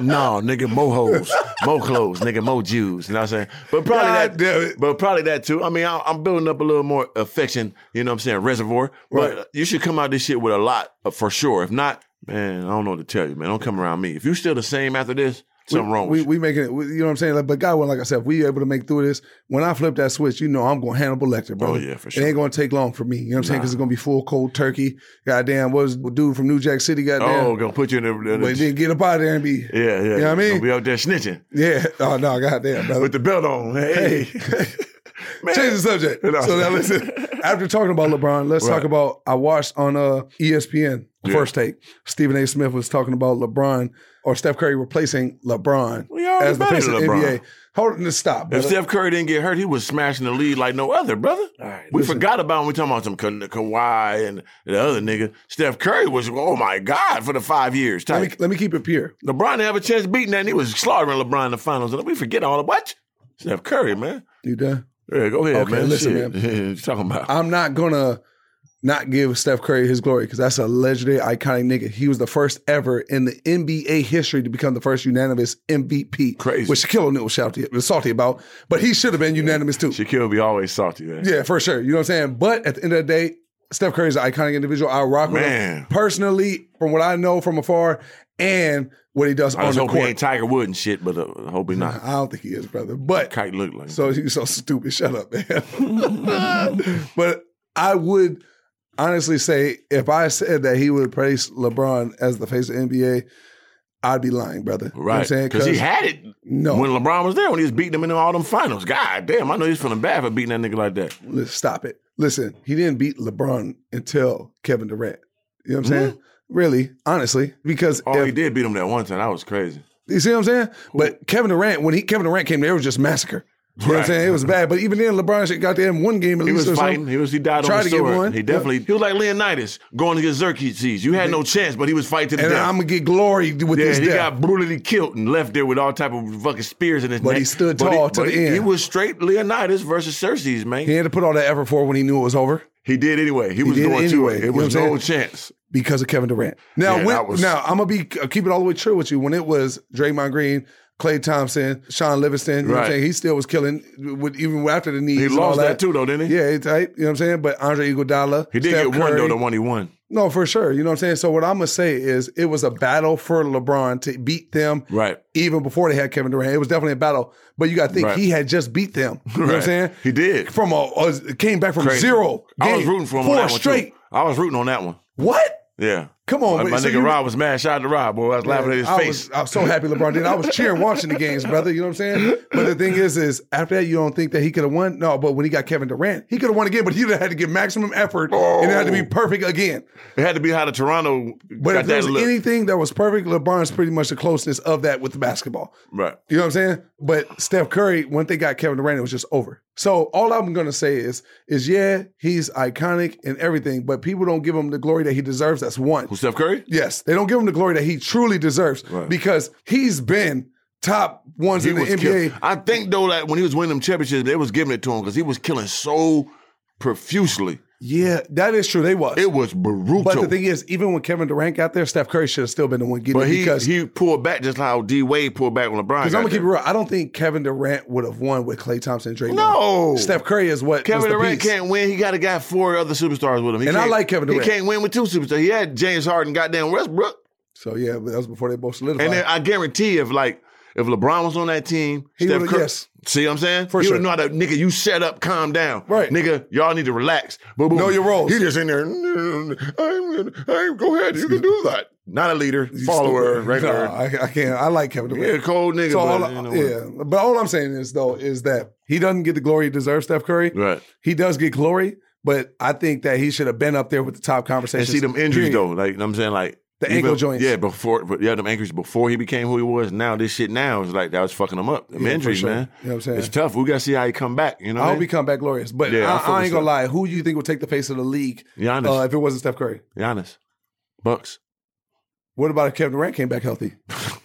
no, nigga, more hoes, more clothes, nigga, more Jews. You know what I'm saying? But probably God that damn it. But probably that too. I mean, I, I'm building up a little more affection, you know what I'm saying, reservoir. Right. But you should come out this shit with a lot uh, for sure. If not, man, I don't know what to tell you, man. Don't come around me. If you still the same after this, something wrong with we, you. we making it, we- you know what I'm saying? Like, but God, well, like I said, if we able to make through this, when I flip that switch, you know I'm going Hannibal Lecter, bro. Oh, yeah, for sure. It ain't going to take long for me. You know what I'm saying? Because it's going to be full cold turkey. Goddamn, what was the dude from New Jack City? Goddamn. Oh, gonna put you in the. in the- but then get up out of there and be, yeah, yeah. You know what I mean? Gonna be out there snitching yeah. Oh, no, goddamn, brother. with the belt on. Hey, man. Change the subject. No. So now listen, after talking about LeBron, let's Right. talk about I watched on uh, ESPN Yeah. first take. Stephen A. Smith was talking about LeBron or Steph Curry replacing LeBron We already as the better face of than the LeBron. NBA. Hold on, stop. If brother. Steph Curry didn't get hurt, he was smashing the lead like no other, brother. right, we listen. forgot about him. We talking about some Ka- Kawhi and the other nigga. Steph Curry was, oh my God, for the five years. let Type. me let me keep it pure. LeBron didn't have a chance of beating that, and he was slaughtering LeBron in the finals. And we forget all of what? Steph Curry, man. You done? Yeah, go ahead, Okay, man. listen, Shit. you talking about? I'm not gonna not give Steph Curry his glory because that's a legendary, iconic nigga. He was the first ever in the NBA history to become the first unanimous MVP. Crazy. which Shaquille O'Neal was salty, was salty about, but he should have been unanimous too. Shaquille be always salty, man. Yeah, for sure. You know what I'm saying? But at the end of the day, Steph Curry's an iconic individual. I rock with him Man. personally, from what I know from afar, and what he does I on just the hope he court. ain't Tiger Wood and shit, but uh, I hope he not. I don't think he is, brother. But Kite look like. so he's so stupid. Shut up, man. but I would honestly say if I said that he would praise LeBron as the face of NBA, I'd be lying, brother. You know what I'm Right, saying? because he had it no, when LeBron was there when he was beating him in all them finals. God damn, I know he's feeling bad for beating that nigga like that. Let's Stop it. Listen, he didn't beat LeBron until Kevin Durant. You know what I'm saying? Really, honestly, because Mm-hmm. Oh, if- he did beat him that one time. That was crazy. you see what I'm saying? But Kevin Durant, when he Kevin Durant came there, it was just massacre. You know what I'm Right. saying? It was bad. But even then, LeBron shit got there in one game at He least. or was fighting. something. He was. He died Tried on to the get sword. one. He definitely. He was like Leonidas going against Xerxes. You had no chance, but he was fighting to the And death. I'm gonna get glory with Yeah, this he death. got brutally killed and left there with all type of fucking spears in his But neck. he stood tall to but the he, end. He was straight Leonidas versus Cersei's man. he He, had to put all that effort for when he knew it was over did anyway. He was did going anyway. to it. You It know was what I'm no chance. because of Kevin Durant. Now, uh, Yeah, when, that was- now I'm gonna be keep it all the way true with you. When it was Draymond Green Clay Thompson, Sean Livingston. You know what I'm Right. saying? He still was killing with, even after the knees. He and all lost that too, though, didn't he? Yeah, it's tight. You know what I'm saying? But Andre Iguodala, He did Steph get one though, Curry. the one he won. No, for sure. You know what I'm saying? So what I'm gonna say is it was a battle for LeBron to beat them Right. even before they had Kevin Durant. It was definitely a battle. But you gotta think Right. he had just beat them. You know what I'm Right. saying? He did. From a, a- came back from Crazy. zero. I was game, rooting for him four on that one. straight. Too. I was rooting on that one. What? Yeah. Come on, My, man. my So nigga you- Rob was mad. Shout out to Rob, boy. I was laughing at his I face. Was, I was so happy LeBron did. I was cheering watching the games, brother. You know what I'm saying? But the thing is, is after that, you don't think that he could have won. No, but when he got Kevin Durant, he could have won again, but he would have had to give maximum effort and it had to be perfect again. it had to be how the Toronto But Oh. got if there that was look. anything that was perfect, LeBron's pretty much the closeness of that with the basketball. right. You know what I'm saying? But Steph Curry, once they got Kevin Durant, it was just over. So all I'm gonna say is, is yeah, he's iconic and everything, but people don't give him the glory that he deserves. That's one. Who's Steph Curry? Yes, they don't give him the glory that he truly deserves Right. because he's been top ones He in the was NBA. killing. I think though that when he was winning them championships, they was giving it to him because he was killing so profusely. Yeah, that is true. They was. It was brutal. but the thing is, even when Kevin Durant got there, Steph Curry should have still been the one getting But it he because he pulled back just how D Wade pulled back when LeBron. because got I'm gonna keep it there. real. I don't think Kevin Durant would have won with Klay Thompson and Draymond. No, Steph Curry is what was Kevin the Durant piece. can't win. He got a guy four other superstars with him. He And I can't- like Kevin Durant. He can't win with two superstars. He had James Harden, goddamn Westbrook, So yeah, but that was before they both solidified. and then I guarantee if like if LeBron was on that team, He Steph would've- Curry. yes. See what I'm saying? For he sure. would know how to, nigga, you set up, calm down. Right. Nigga, y'all need to relax. Boom, boom. Know your roles. He just in there, "Mm, I'm, I'm, go ahead, you can do that. Not a leader, You follower, stupid. regular. Nah, I, I can't. I like Kevin Durant. Yeah, cold nigga, So but, all- you know what? yeah, but all I'm saying is though is that he doesn't get the glory he deserves. Steph Curry, Right. He does get glory, but I think that he should have been up there with the top And conversations. see them injuries period. though, like you know what I'm saying, like The ankle joints. Yeah, before but yeah, them injuries before he became who he was. Now this shit now is like that was fucking him up. Them Yeah, for injuries, sure. man. You know what I'm saying? It's tough. We gotta see how he come back. You know, I what I hope he mean? come back glorious, but Yeah, I fuck I, I with ain't gonna lie. Who do you think would take the face of the league Giannis, uh, if it wasn't Steph Curry? Giannis, Bucks. What about if Kevin Durant came back healthy?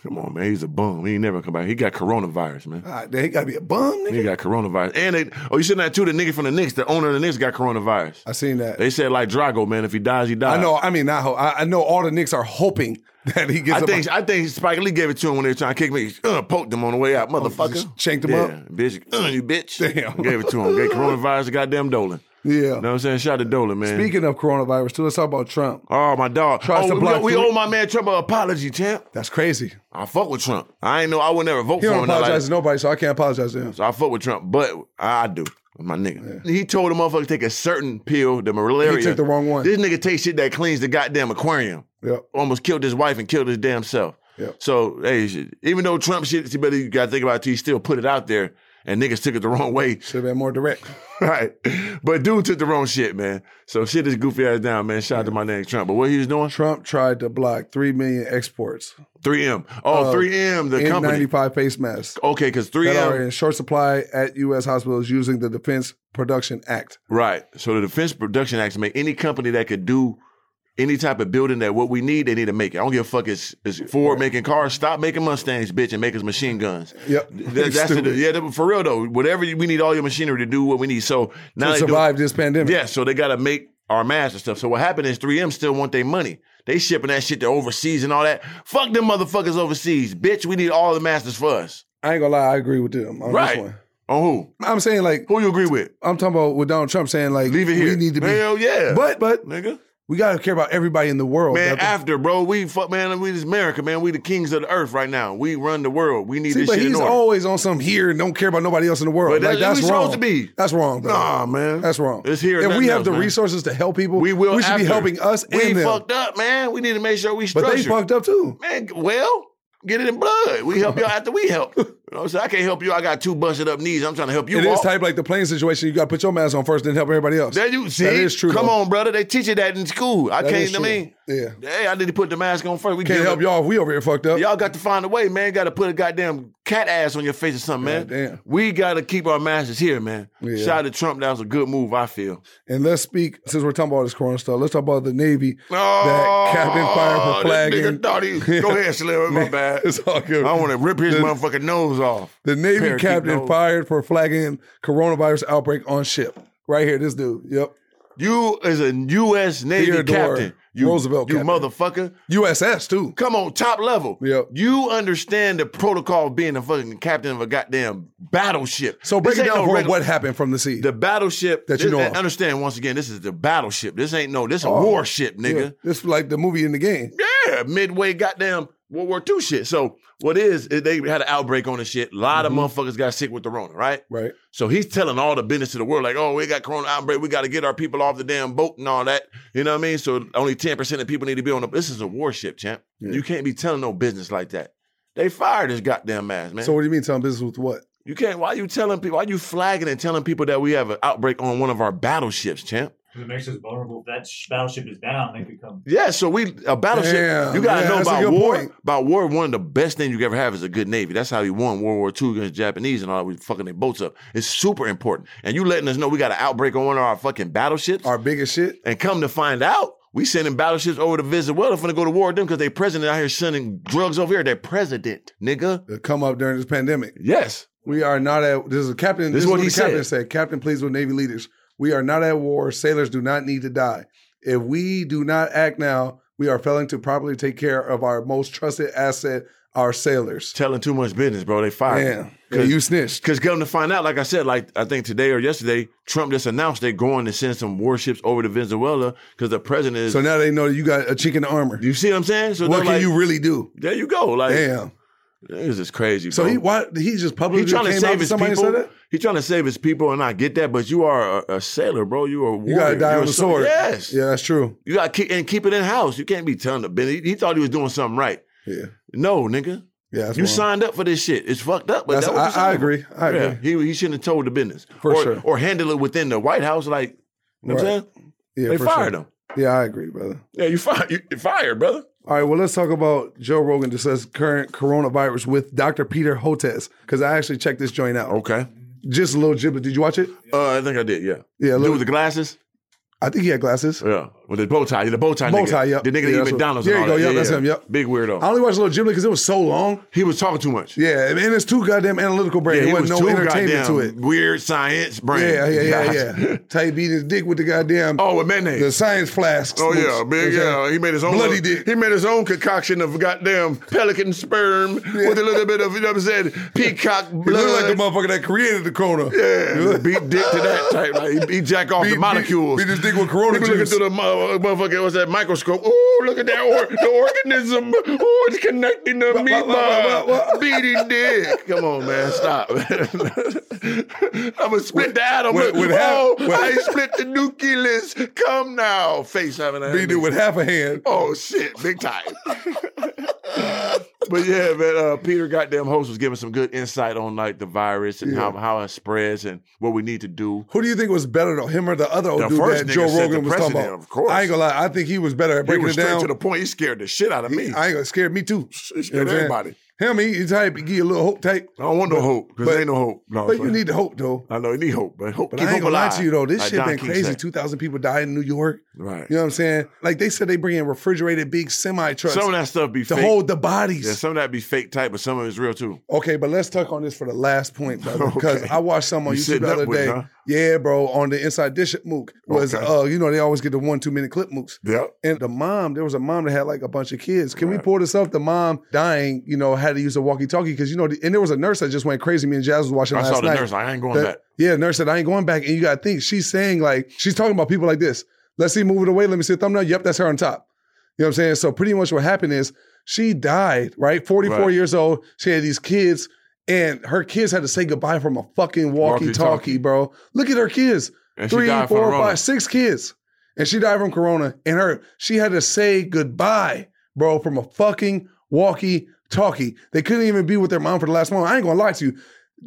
Come on, man. He's a bum. He ain't never come back. He got coronavirus, man. Ah, then he gotta be a bum. Nigga. He got coronavirus. And they, oh, you should not too. The nigga from the Knicks, the owner of the Knicks, got coronavirus. I seen that. They said like Drago, man. If he dies, he dies. I know. I mean, not ho- I, I know all the Knicks are hoping that he gets. I a- think I think Spike Lee gave it to him when they were trying to kick me. He uh, poked him on the way out, motherfucker. Oh, just shanked him yeah, up. bitch. Uh, you bitch. Damn. Gave it to him. Gave coronavirus to goddamn Dolan. yeah. You know what I'm saying? Shout out to Dolan, man. Speaking of coronavirus, too, let's talk about Trump. Oh, my dog. Tries oh, to we- block we, Twitter. owe my man Trump an apology, champ. That's crazy. I fuck with Trump. I ain't know. I would never vote He for don't him. not like- apologize to nobody, so I can't apologize to him. so I fuck with Trump, but I do. My nigga. He told the motherfucker to take a certain pill, the malaria. He took the wrong one. This nigga takes shit that cleans the goddamn aquarium. Yep. almost killed his wife and killed his damn self. Yep. So hey, shit, even though Trump shit, you better you gotta think about it. too, He still put it out there, and niggas took it the wrong way, Should have been more direct. right? But dude took the wrong shit, man. So shit is goofy ass down, man. Shout out to my nigga Trump. But what he was doing? Trump tried to block 3 million exports 3M. Oh, Uh, 3M, the company. N95 face masks Okay, because that are 3M. in short supply at U.S. hospitals using the Defense Production Act. Right. So the Defense Production Act make any company that could do any type of building that what we need, they need to make it. I don't give a fuck. It's, it's Ford making cars. Stop making Mustangs, bitch, and make us machine guns. Yep. That, that's the, Stupid. yeah, that- for real though. Whatever you, we need, all your machinery to do what we need. So now to they do- survive this pandemic. yeah, so they got to make our masks and stuff. So what happened is 3M still want their money. They shipping that shit to overseas and all that. Fuck them motherfuckers overseas, bitch. We need all the masters for us. I ain't gonna lie, I agree with them on Right. this one. On who? I'm saying like Who you agree with? I'm talking about with Donald Trump saying like Leave it here. we need to be, Hell yeah. but but nigga, we gotta care about everybody in the world. man, brother. after bro, we fuck man, we this America, man. We the kings of the earth right now. We run the world. We need See, this but shit in he's order. always on some here and don't care about nobody else in the world. But that- like, that's we supposed wrong. to be. That's wrong. Brother. Nah, man. that's wrong. It's here. If nothing we have else, the man. resources to help people, we will. We should be after. helping us We and them. fucked up, man. We need to make sure we but structure. they fucked up too. Man, well, get it in blood. We help y'all after we help. You know what I'm saying? I can't help you. I got two busted up knees. I'm trying to help you It is walk. type like the plane situation. You got to put your mask on first, then help everybody else. That you see? That is true, Come though. on, brother. They teach you that in school. I That can't. is I true. mean, yeah, hey, I need to put the mask on first. We can't give help it- y'all if we over here fucked up. Y'all got to find a way, man. Got to put a goddamn cat ass on your face or something, man. Goddamn. We got to keep our masters here, man. Yeah. Shout out to Trump. That was a good move, I feel. And let's speak since we're talking about this corona stuff. Let's talk about the Navy. Oh, that Captain Fire for that nigga flagging. thought he- Go ahead, Slim. My Man, bad. It's all good. I want to rip his The- motherfucking nose off. The Navy Parakeet captain nose. fired for flagging coronavirus outbreak on ship. Right here, this dude. Yep. You is a U.S. Navy Theodore captain. You, Roosevelt you captain. motherfucker. USS too. Come on, top level. Yep. You understand the protocol of being a fucking captain of a goddamn battleship. So This break it ain't down no for regular- what happened from the sea. The battleship That you this- know and of. Understand once again, this is the battleship. This ain't no. This a Oh, warship, Yeah, nigga. it's like the movie in the game. Yeah, midway goddamn World War II shit. So what is is they had an outbreak on this shit. A lot Mm-hmm. of motherfuckers got sick with the Rona, right? Right. So he's telling all the business of the world, like, oh, we got corona outbreak, we got to get our people off the damn boat and all that. You know what I mean? So only ten percent of people need to be on the. This is a warship, champ. Yeah. You can't be telling no business like that. They fired his goddamn ass, man. So what do you mean telling business with what? you can't. Why you telling people? Why you flagging and telling people that we have an outbreak on one of our battleships, champ? It makes us vulnerable. If that sh- battleship is down, they could come. Yeah, so we a battleship. Damn, you gotta yeah, know that's a about good war. point. About war, one of the best things you can ever have is a good navy. That's how he won World War II against Japanese and all that. We fucking their boats up. It's super important. And you letting us know we got an outbreak on one of our fucking battleships. Our biggest shit? and come to find out, we sending battleships over to visit Well, finna go to war with them because they president out here sending drugs over here. Their president, nigga. To come up during this pandemic. Yes. We are not at this is a captain. This is what the he said. captain said. Captain, please with Navy leaders. We are not at war. Sailors do not need to die. If we do not act now, we are failing to properly take care of our most trusted asset, our sailors. Telling too much business, bro. They fired. him. Yeah. You snitched. Because come to find out, like I said, like I think today or yesterday, Trump just announced they're going to send some warships over to Venezuela because the president is. So now they know that you got a chicken armor. you see what I'm saying? So What they're can like, you really do? There you go. Like Damn. this is crazy. So bro. he why he just He publicly trying to came out save and his somebody people. said that? He trying to save his people, and I get that. But you are a, a sailor, bro. You are a warrior. You gotta die You're on a the sol- sword. Yes. Yeah, that's true. You got to keep and keep it in house. You can't be telling the business. He, he thought he was doing something right. Yeah. No, nigga. Yeah, that's you wild. signed up for this shit. It's fucked up. But That's- that what you I- I signed up agree. for. I Yeah, agree. He, he shouldn't have told the business For or, sure. or handle it within the White House. Like you know what I'm Right. saying, Yeah, they for fired sure. him. Yeah, I agree, brother. Yeah, you fired. You, you fired, brother. All right, well, let's talk about Joe Rogan discuss current coronavirus with Dr. Peter Hotez because I actually checked this joint out. Okay. Just a little giblet. Did you watch it? Uh, I think I did. Yeah. Yeah, Dude look- with the glasses. I think he had glasses. Yeah, with the bow tie. Yeah, the bow tie. Bow nigga. tie, yep. The nigga Yeah, that's that eat what- McDonald's. there and you all go, that. yep, Yeah, that's yeah. him, yep. Big weirdo. I only watched a little giblet because it was so long. he was talking too much. Yeah, and it's too goddamn analytical brain. he there wasn't no too entertainment to goddamn it. Weird science brain. Yeah, yeah, yeah, yeah. Tight beat his dick with the goddamn oh, with mayonnaise. the science flasks. Oh yeah, Oops. big You know what I'm yeah. saying? He made his own Bloody little- dick. He made his own concoction of goddamn pelican sperm with a little bit of you know what I'm saying peacock He blood. looked like the motherfucker that created the corona. yeah, beat dick to that type. Like, he, he jack off the molecules. Beat, beat his dick with corona People looking juice. through the mo- uh, motherfucker, what's that microscope? Oh, look at that or- the organism. Oh, it's connecting the wah, wah, wah, amoeba. wah. Beating dick. Come on, man, stop. I'm gonna split the atom. with- with half- oh, with- I split the nucleus. Come now, face having a Beat it with half a hand. Oh shit, big time. but yeah, man, uh, Peter goddamn host was giving some good insight on like the virus and how, how it spreads and what we need to do. Who do you think was better though, him or the other old The dude first that nigga Joe said the Rogan was talking president, about? of course. I ain't gonna lie, I think he was better at He breaking was it straight down. to the point. He scared the shit out of me. I ain't gonna scare me too. He You know scared what I'm saying? everybody. Him, he, he type, he give you a little hope type. I don't want no hope because but- ain't no hope. No, But so- you need the hope though. I know you need hope, but hope. But keep I ain't hope gonna lie alive, to you though. This like shit Don been King crazy. said. Two thousand people died in New York. Right. You know what I'm saying? Like they said, they bring in refrigerated big semi trucks Some of that stuff be to fake. hold the bodies. yeah, some of that be fake type, but some of it's real too. Okay, but let's talk on this for the last point, brother, because Okay. I watched some on You YouTube sitting the up other with it, day. huh? Yeah, bro, on the Inside Dish at Mook was, Okay. uh, you know, they always get the one two minute clip mooks. Yep. And the mom, there was a mom that had like a bunch of kids. Can we Right. pull this up? The mom dying, you know, had to use a walkie talkie because you know, the- and there was a nurse that just went crazy. Me and Jazz was watching I last saw the night. nurse. Like, I ain't going That- back. Yeah, the nurse said I ain't going back. And you got to think she's saying like she's talking about people like this. Let's see, move it away. Let me see the thumbnail. Yep, that's her on top. You know what I'm saying? So pretty much what happened is she died, right? 44 Right. years old. She had these kids, and her kids had to say goodbye from a fucking walkie-talkie, Walkie-talkie. bro. Look at her kids. And she Three, died from four, Rona. five, six kids. And she died from corona. And her she had to say goodbye, bro, from a fucking walkie-talkie. They couldn't even be with their mom for the last moment. I ain't gonna lie to you.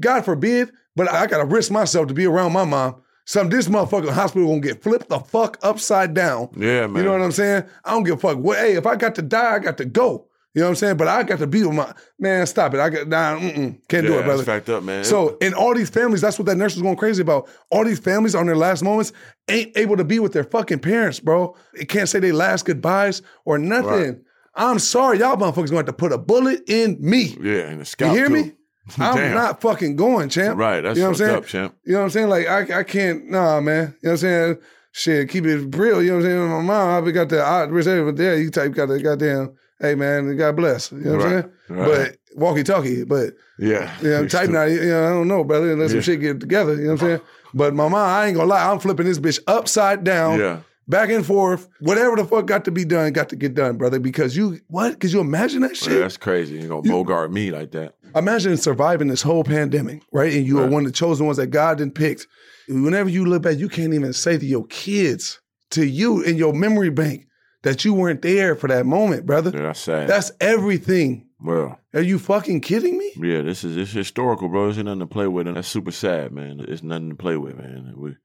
God forbid, but I gotta risk myself to be around my mom. Some this motherfucking hospital gonna get flipped the fuck upside down. Yeah, man. You know what I'm saying? I don't give a fuck. What? Hey, if I got to die, I got to go. You know what I'm saying? But I got to be with my man. Stop it! I got nah, mm-mm, can't yeah, do it, brother. It's fact up, man. So, in all these families, that's what that nurse was going crazy about. All these families on their last moments ain't able to be with their fucking parents, bro. They can't say they last goodbyes or nothing. Right. I'm sorry, y'all motherfuckers going to have to put a bullet in me. yeah, and the You scalp. hear too. me? I'm Damn. not fucking going, champ. Right, that's you know what I'm fucked saying? up, champ. You know what I'm saying? Like I, I can't. Nah, man. You know what I'm saying? shit, keep it real. You know what I'm saying? My mom, I got the I reserve, but yeah, you type got the goddamn. Hey man, God bless. You know what Right, I'm saying? right. But walkie talkie, but Yeah. you know, type now. You know, I don't know, brother. Unless Yeah. some shit get together. You know what I'm saying? But my mom, I ain't gonna lie, I'm flipping this bitch upside down Yeah. back and forth. Whatever the fuck got to be done, got to get done, brother. Because you what? Could you imagine that Yeah, shit? that's crazy. You're gonna bogart me like that. Imagine surviving this whole pandemic, right? And you are Right. one of the chosen ones that God then picked. Whenever you look back, you can't even say to your kids, to you in your memory bank, that you weren't there for that moment, brother. Yeah, that's sad. That's everything. well, Are you fucking kidding me? yeah, this is it's historical, bro. There's nothing to play with, and that's super sad, man. It's nothing to play with, man. We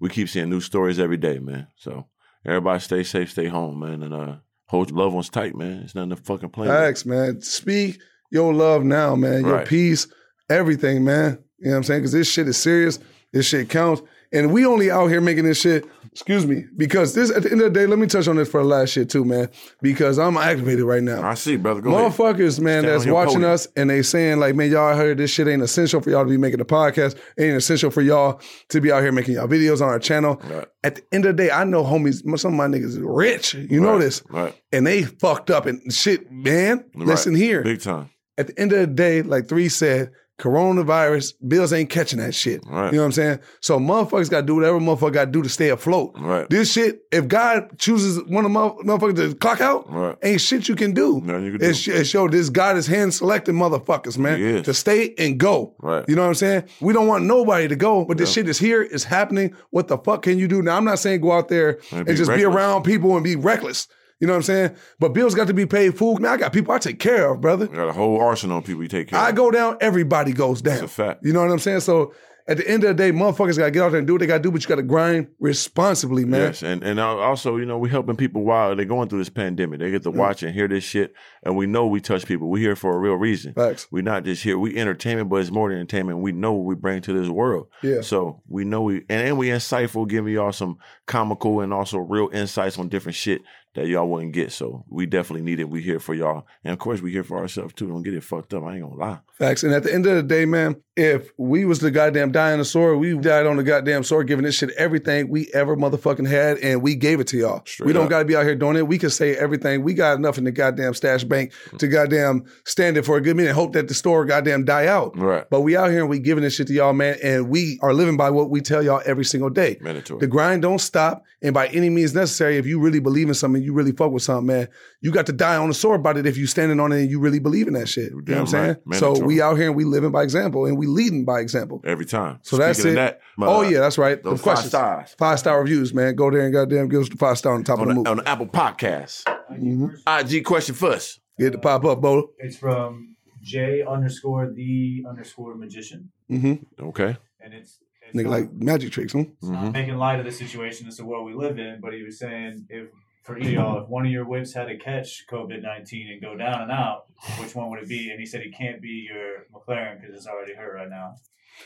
we keep seeing new stories every day, man. So everybody stay safe, stay home, man, and uh hold your loved ones tight, man. It's nothing to fucking play with. Facts, man. Speak your love now, man. Your Right. peace, everything, man. You know what I'm saying? Because this shit is serious. This shit counts. And we only out here making this shit, excuse me, because this, at the end of the day, let me touch on this for the last shit too, man, because I'm activated right now. I see, brother. Go ahead. Motherfuckers, man, Stand that's on your watching podium. us and they saying like, man, y'all heard this shit ain't essential for y'all to be making a podcast. Ain't essential for y'all to be out here making y'all videos on our channel. Right. At the end of the day, I know homies, some of my niggas is rich. You know Right, this, right? and they fucked up and shit, man. Right. Listen here. big time. At the end of the day, like three said, coronavirus bills ain't catching that shit. Right. You know what I'm saying? So motherfuckers got to do whatever motherfucker got to do to stay afloat. Right. This shit, if God chooses one of mother- motherfuckers to clock out, Right. ain't shit you can do. Nothing you can do. it's, it's yo, this God is hand selecting motherfuckers, man, He is. to stay and go. Right. You know what I'm saying? We don't want nobody to go, but this Yeah. shit is here, it's happening. What the fuck can you do? Now I'm not saying go out there And and, be just reckless. be around people and be reckless. You know what I'm saying? But bills got to be paid. Food, man, I got people I take care of, brother. You got a whole arsenal of people you take care I of. go down, everybody goes down. a fact. You know what I'm saying? So at the end of the day, motherfuckers gotta get out there and do what they gotta do, but you gotta grind responsibly, man. Yes, and and al- also you know we helping people while they're going through this pandemic. They get to watch and hear this shit, and we know we touch people. We're here for a real reason. Facts. We're not just here. We entertainment, but it's more than entertainment. We know what we bring to this world. Yeah. So we know we and, and we insightful, giving y'all some comical and also real insights on different shit that y'all wouldn't get. So we definitely need it. We here for y'all, and of course we here for ourselves too. Don't get it fucked up. I ain't gonna lie. Facts. And at the end of the day, man, if we was the goddamn dinosaur, we died on the goddamn sword, giving this shit everything we ever motherfucking had, and we gave it to y'all. Straight we don't up. gotta be out here doing it. We can say everything. We got enough in the goddamn stash bank Mm-hmm. to goddamn stand it for a good minute, hope that the store goddamn die out. Right. But we out here and we giving this shit to y'all, man, and we are living by what we tell y'all every single day. Mandatory. The grind don't stop, and by any means necessary, if you really believe in something, you really fuck with something, man. You got to die on the sword about it if you standing on it and you really believe in that shit. You know what I'm Damn saying? right. So Mandatory. we out here and we living by example and we leading by example. Every time. So that's Speaking of it. That, uh, oh yeah, that's right. those Of course, five stars. Five star reviews, man. Go there and goddamn give us the five star on top of the on movie. the, on the Apple Podcast. Mm-hmm. Mhm. IG question first. Get the pop up, Bola. It's from J underscore the underscore magician, hmm Okay. Mm-hmm. and it's, it's Nigga not- like magic tricks, huh? it's not making light of the situation. It's the world we live in. But he was saying if for each of y'all, if one of your whips had to catch COVID nineteen and go down and out, which one would it be? And he said it can't be your McLaren because it's already hurt right now.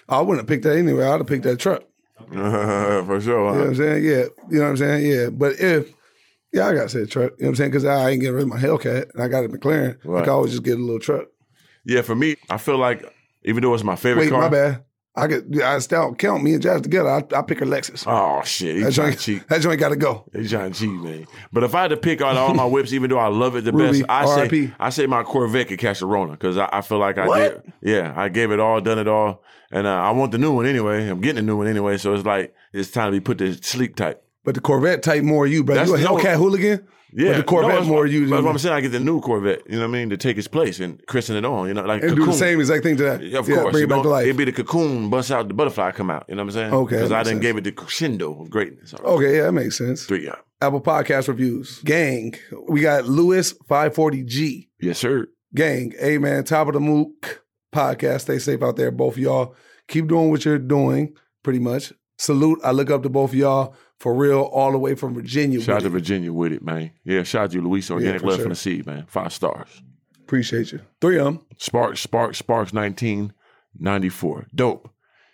I wouldn't have picked that anyway. I'd have picked that truck. for sure. You know what Huh? I'm saying? Yeah. You know what I'm saying? Yeah. But if, yeah, I got to say truck. You know what I'm saying? Because I ain't getting rid of my Hellcat and I got a McLaren. I Right. could always just get a little truck. Yeah. for me, I feel like even though it's my favorite Wait, car. my bad. I could, I still count me and Jazz together. I, I pick a Lexus. Oh shit, That he's trying to cheat. joint, that joint got to go. He's trying to cheat, man. But if I had to pick out of all my whips, even though I love it the Ruby, best, I say RIP. I say my Corvette could catch a Rona because I, I feel like I What? did. Yeah, I gave it all, done it all, and uh, I want the new one anyway. I'm getting a new one anyway, so it's like it's time to be put to sleep tight. But the Corvette type more you, bro. That's You a the- Hellcat hooligan? Yeah, But the Corvette No, that's more what- you. That's than- what I'm saying. I get the new Corvette. You know what I mean to take its place and christen it on. You know, like And do the cocoon. same exact thing to that. Yeah, of course. Bring it back to gonna- life. It'd be the cocoon, bust out the butterfly, come out. You know what I'm saying? Okay, Because that I makes didn't sense. gave it the crescendo of greatness. All right. okay, yeah, that makes sense. Three, yeah. Apple Podcast reviews. Gang. We got Lewis 540G. Yes, sir. Gang, hey man, top of the mook podcast. Stay safe out there, both of y'all. Keep doing what you're doing, pretty much. Salute. I look up to both of y'all for real, all the way from Virginia. Shout out to with Virginia with it, man. Yeah, shout out to Luis Organic for Love sure. from the Seed, man. Five stars. it. Appreciate you. Three of them. Sparks, Sparks, Sparks 1994. Dope.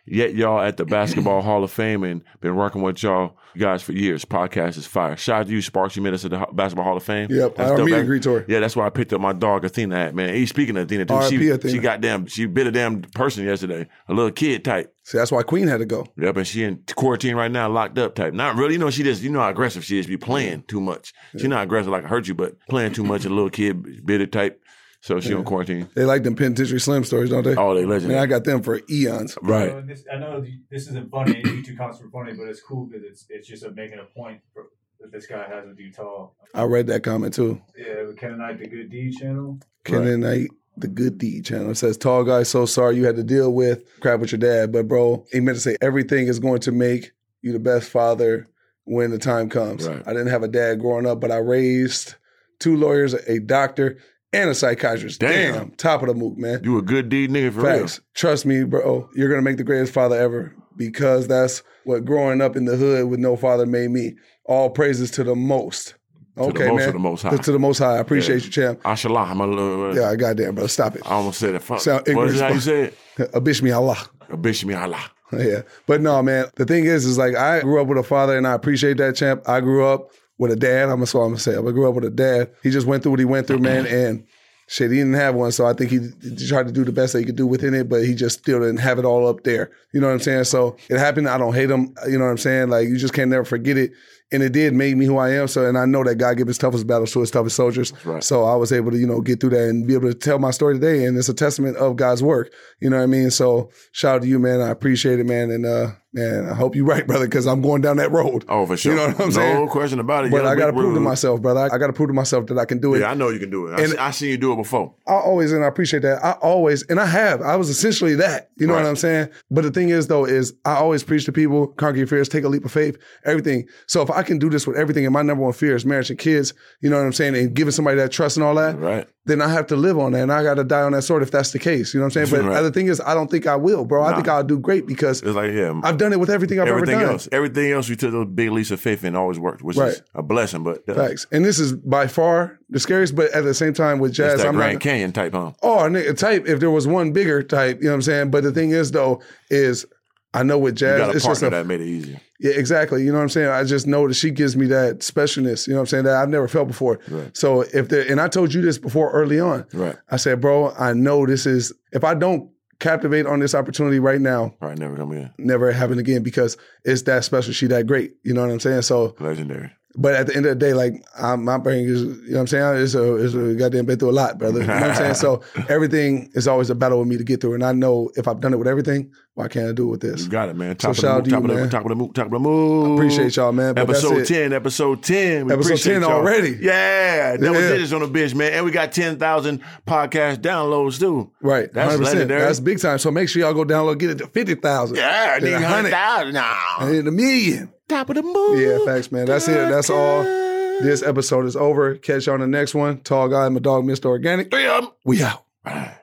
Yet y'all at the Basketball Hall of Fame and been working with y'all guys for years. Podcast is fire. Shout out to you, Sparks. You met us at the Ho- Basketball Hall of Fame. Yep, That's our dope. meet and That- greet tour. Yeah, that's why I picked up my dog Athena hat, man. Hey, speaking of Athena, dude, she, R.I.P. Athena. she got damn, she bit a damn person yesterday, a little kid type. See, that's why Queen had to go. Yep, and she in quarantine right now, locked up type. Not really, you know. She just, you know, how aggressive she is. Be playing too much. She not aggressive like I hurt you, but playing too much. A little kid bit it type, so she on quarantine. They like them penitentiary slim stories, don't they? All they legend. Man, I got them for eons. So, and this, I know th- this isn't funny. You two comments were funny, but it's cool because it's it's just a making a point for, that this guy has with Utah. I read that comment too. Yeah, with Ken and I, the Good D channel. Ken and I, the good D channel. It says, Tall guy, so sorry you had to deal with crap with your dad. But bro, he meant to say everything is going to make you the best father when the time comes. Right. I didn't have a dad growing up, but I raised two lawyers, a doctor, and a psychiatrist. Damn. top of the mook, man. You a good deed nigga for Facts. Trust me, bro. You're gonna make the greatest father ever because that's what growing up in the hood with no father made me. All praises to the most. real. Okay, to the most man. of the most high. To the most high. I appreciate you, champ. Ashallah, my little. uh, Yeah, goddamn, bro. Stop it. I almost said it. Fuck. Sound what ignorant is that how you spot. say it? Abishmi Allah. Bishmi Allah. Yeah. But no, man, the thing is, is like I grew up with a father and I appreciate that, champ. I grew up with a dad. I'm that's what I'm gonna say. I grew up with a dad. He just went through what he went through, man, and shit, he didn't have one. So I think he, he tried to do the best that he could do within it, but he just still didn't have it all up there. You know what I'm saying? So it happened. I don't hate him. You know what I'm saying? Like you just can't never forget it. And it did make me who I am. So, and I know that God gave his toughest battles to his toughest soldiers. right. So I was able to, you know, get through that and be able to tell my story today. And it's a testament of God's work. You know what I mean? So shout out to you, man. I appreciate it, man. And, uh, man, I hope you're right, brother, because I'm going down that road. Oh, for sure. You know what I'm no saying? question about it. But I got to to prove to myself, brother. I, got to prove to myself that I can do it. Yeah, I know you can do it. I, And- se- I seen you do it before. I always, and I appreciate that. I always, and I have, I was essentially that. You know Right. what I'm saying? But the thing is, though, is I always preach to people, conquer your fears, take a leap of faith, everything. So if I can do this with everything, and my number one fear is marriage and kids, you know what I'm saying? And giving somebody that trust and all that, Right. then I have to live on that. And I got to die on that sword if that's the case. You know what I'm saying? But Right. the thing is, I don't think I will, bro. I Nah. think I'll do great because It's like yeah. I've done it with everything I've everything ever done. else, everything else, we took those big leaps of faith and always worked, which Right. is a blessing. But uh, Facts. And this is by far the scariest, but at the same time with it's jazz, that I'm Grand not, Canyon type, huh? Oh, nigga, type. If there was one bigger type, you know what I'm saying. But the thing is, though, is I know with You jazz, got a it's just partner a, that made it easier. yeah, exactly. You know what I'm saying. I just know that she gives me that specialness. You know what I'm saying that I've never felt before. Right. So if there, and I told you this before early on, Right. I said, bro, I know this is. If I don't captivate on this opportunity right now, All right, never come in. never happen again because it's that special. She that great. You know what I'm saying. So Legendary. but at the end of the day, like I, my brain is, you know what I'm saying? It's a, it's a goddamn been through a lot, brother. You know what I'm saying? So everything is always a battle with me to get through. And I know if I've done it with everything, why can't I do it with this? You got it, man. Top shout of out the to move, you, top of the man. top of the move, top of the move. Appreciate y'all, man. But that's episode it. ten, episode ten, We Episode appreciate 10 y'all. already. Yeah, that was Yeah. it. It's on the bench, man, and we got ten thousand podcast downloads too. Right. that's 100%. legendary. That's big time. So make sure y'all go download, get it to 50,000. yeah, Then nigga, 100, hundred thousand now. and then a million. Top of the move. Yeah, thanks, man. That's it. That's all. This episode is over. Catch you on the next one. Tall guy and my dog, Mr. Organic. Damn. We out. Nigga.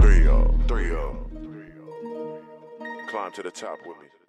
Three of 'em. Three of 'em. Climb to the top with me.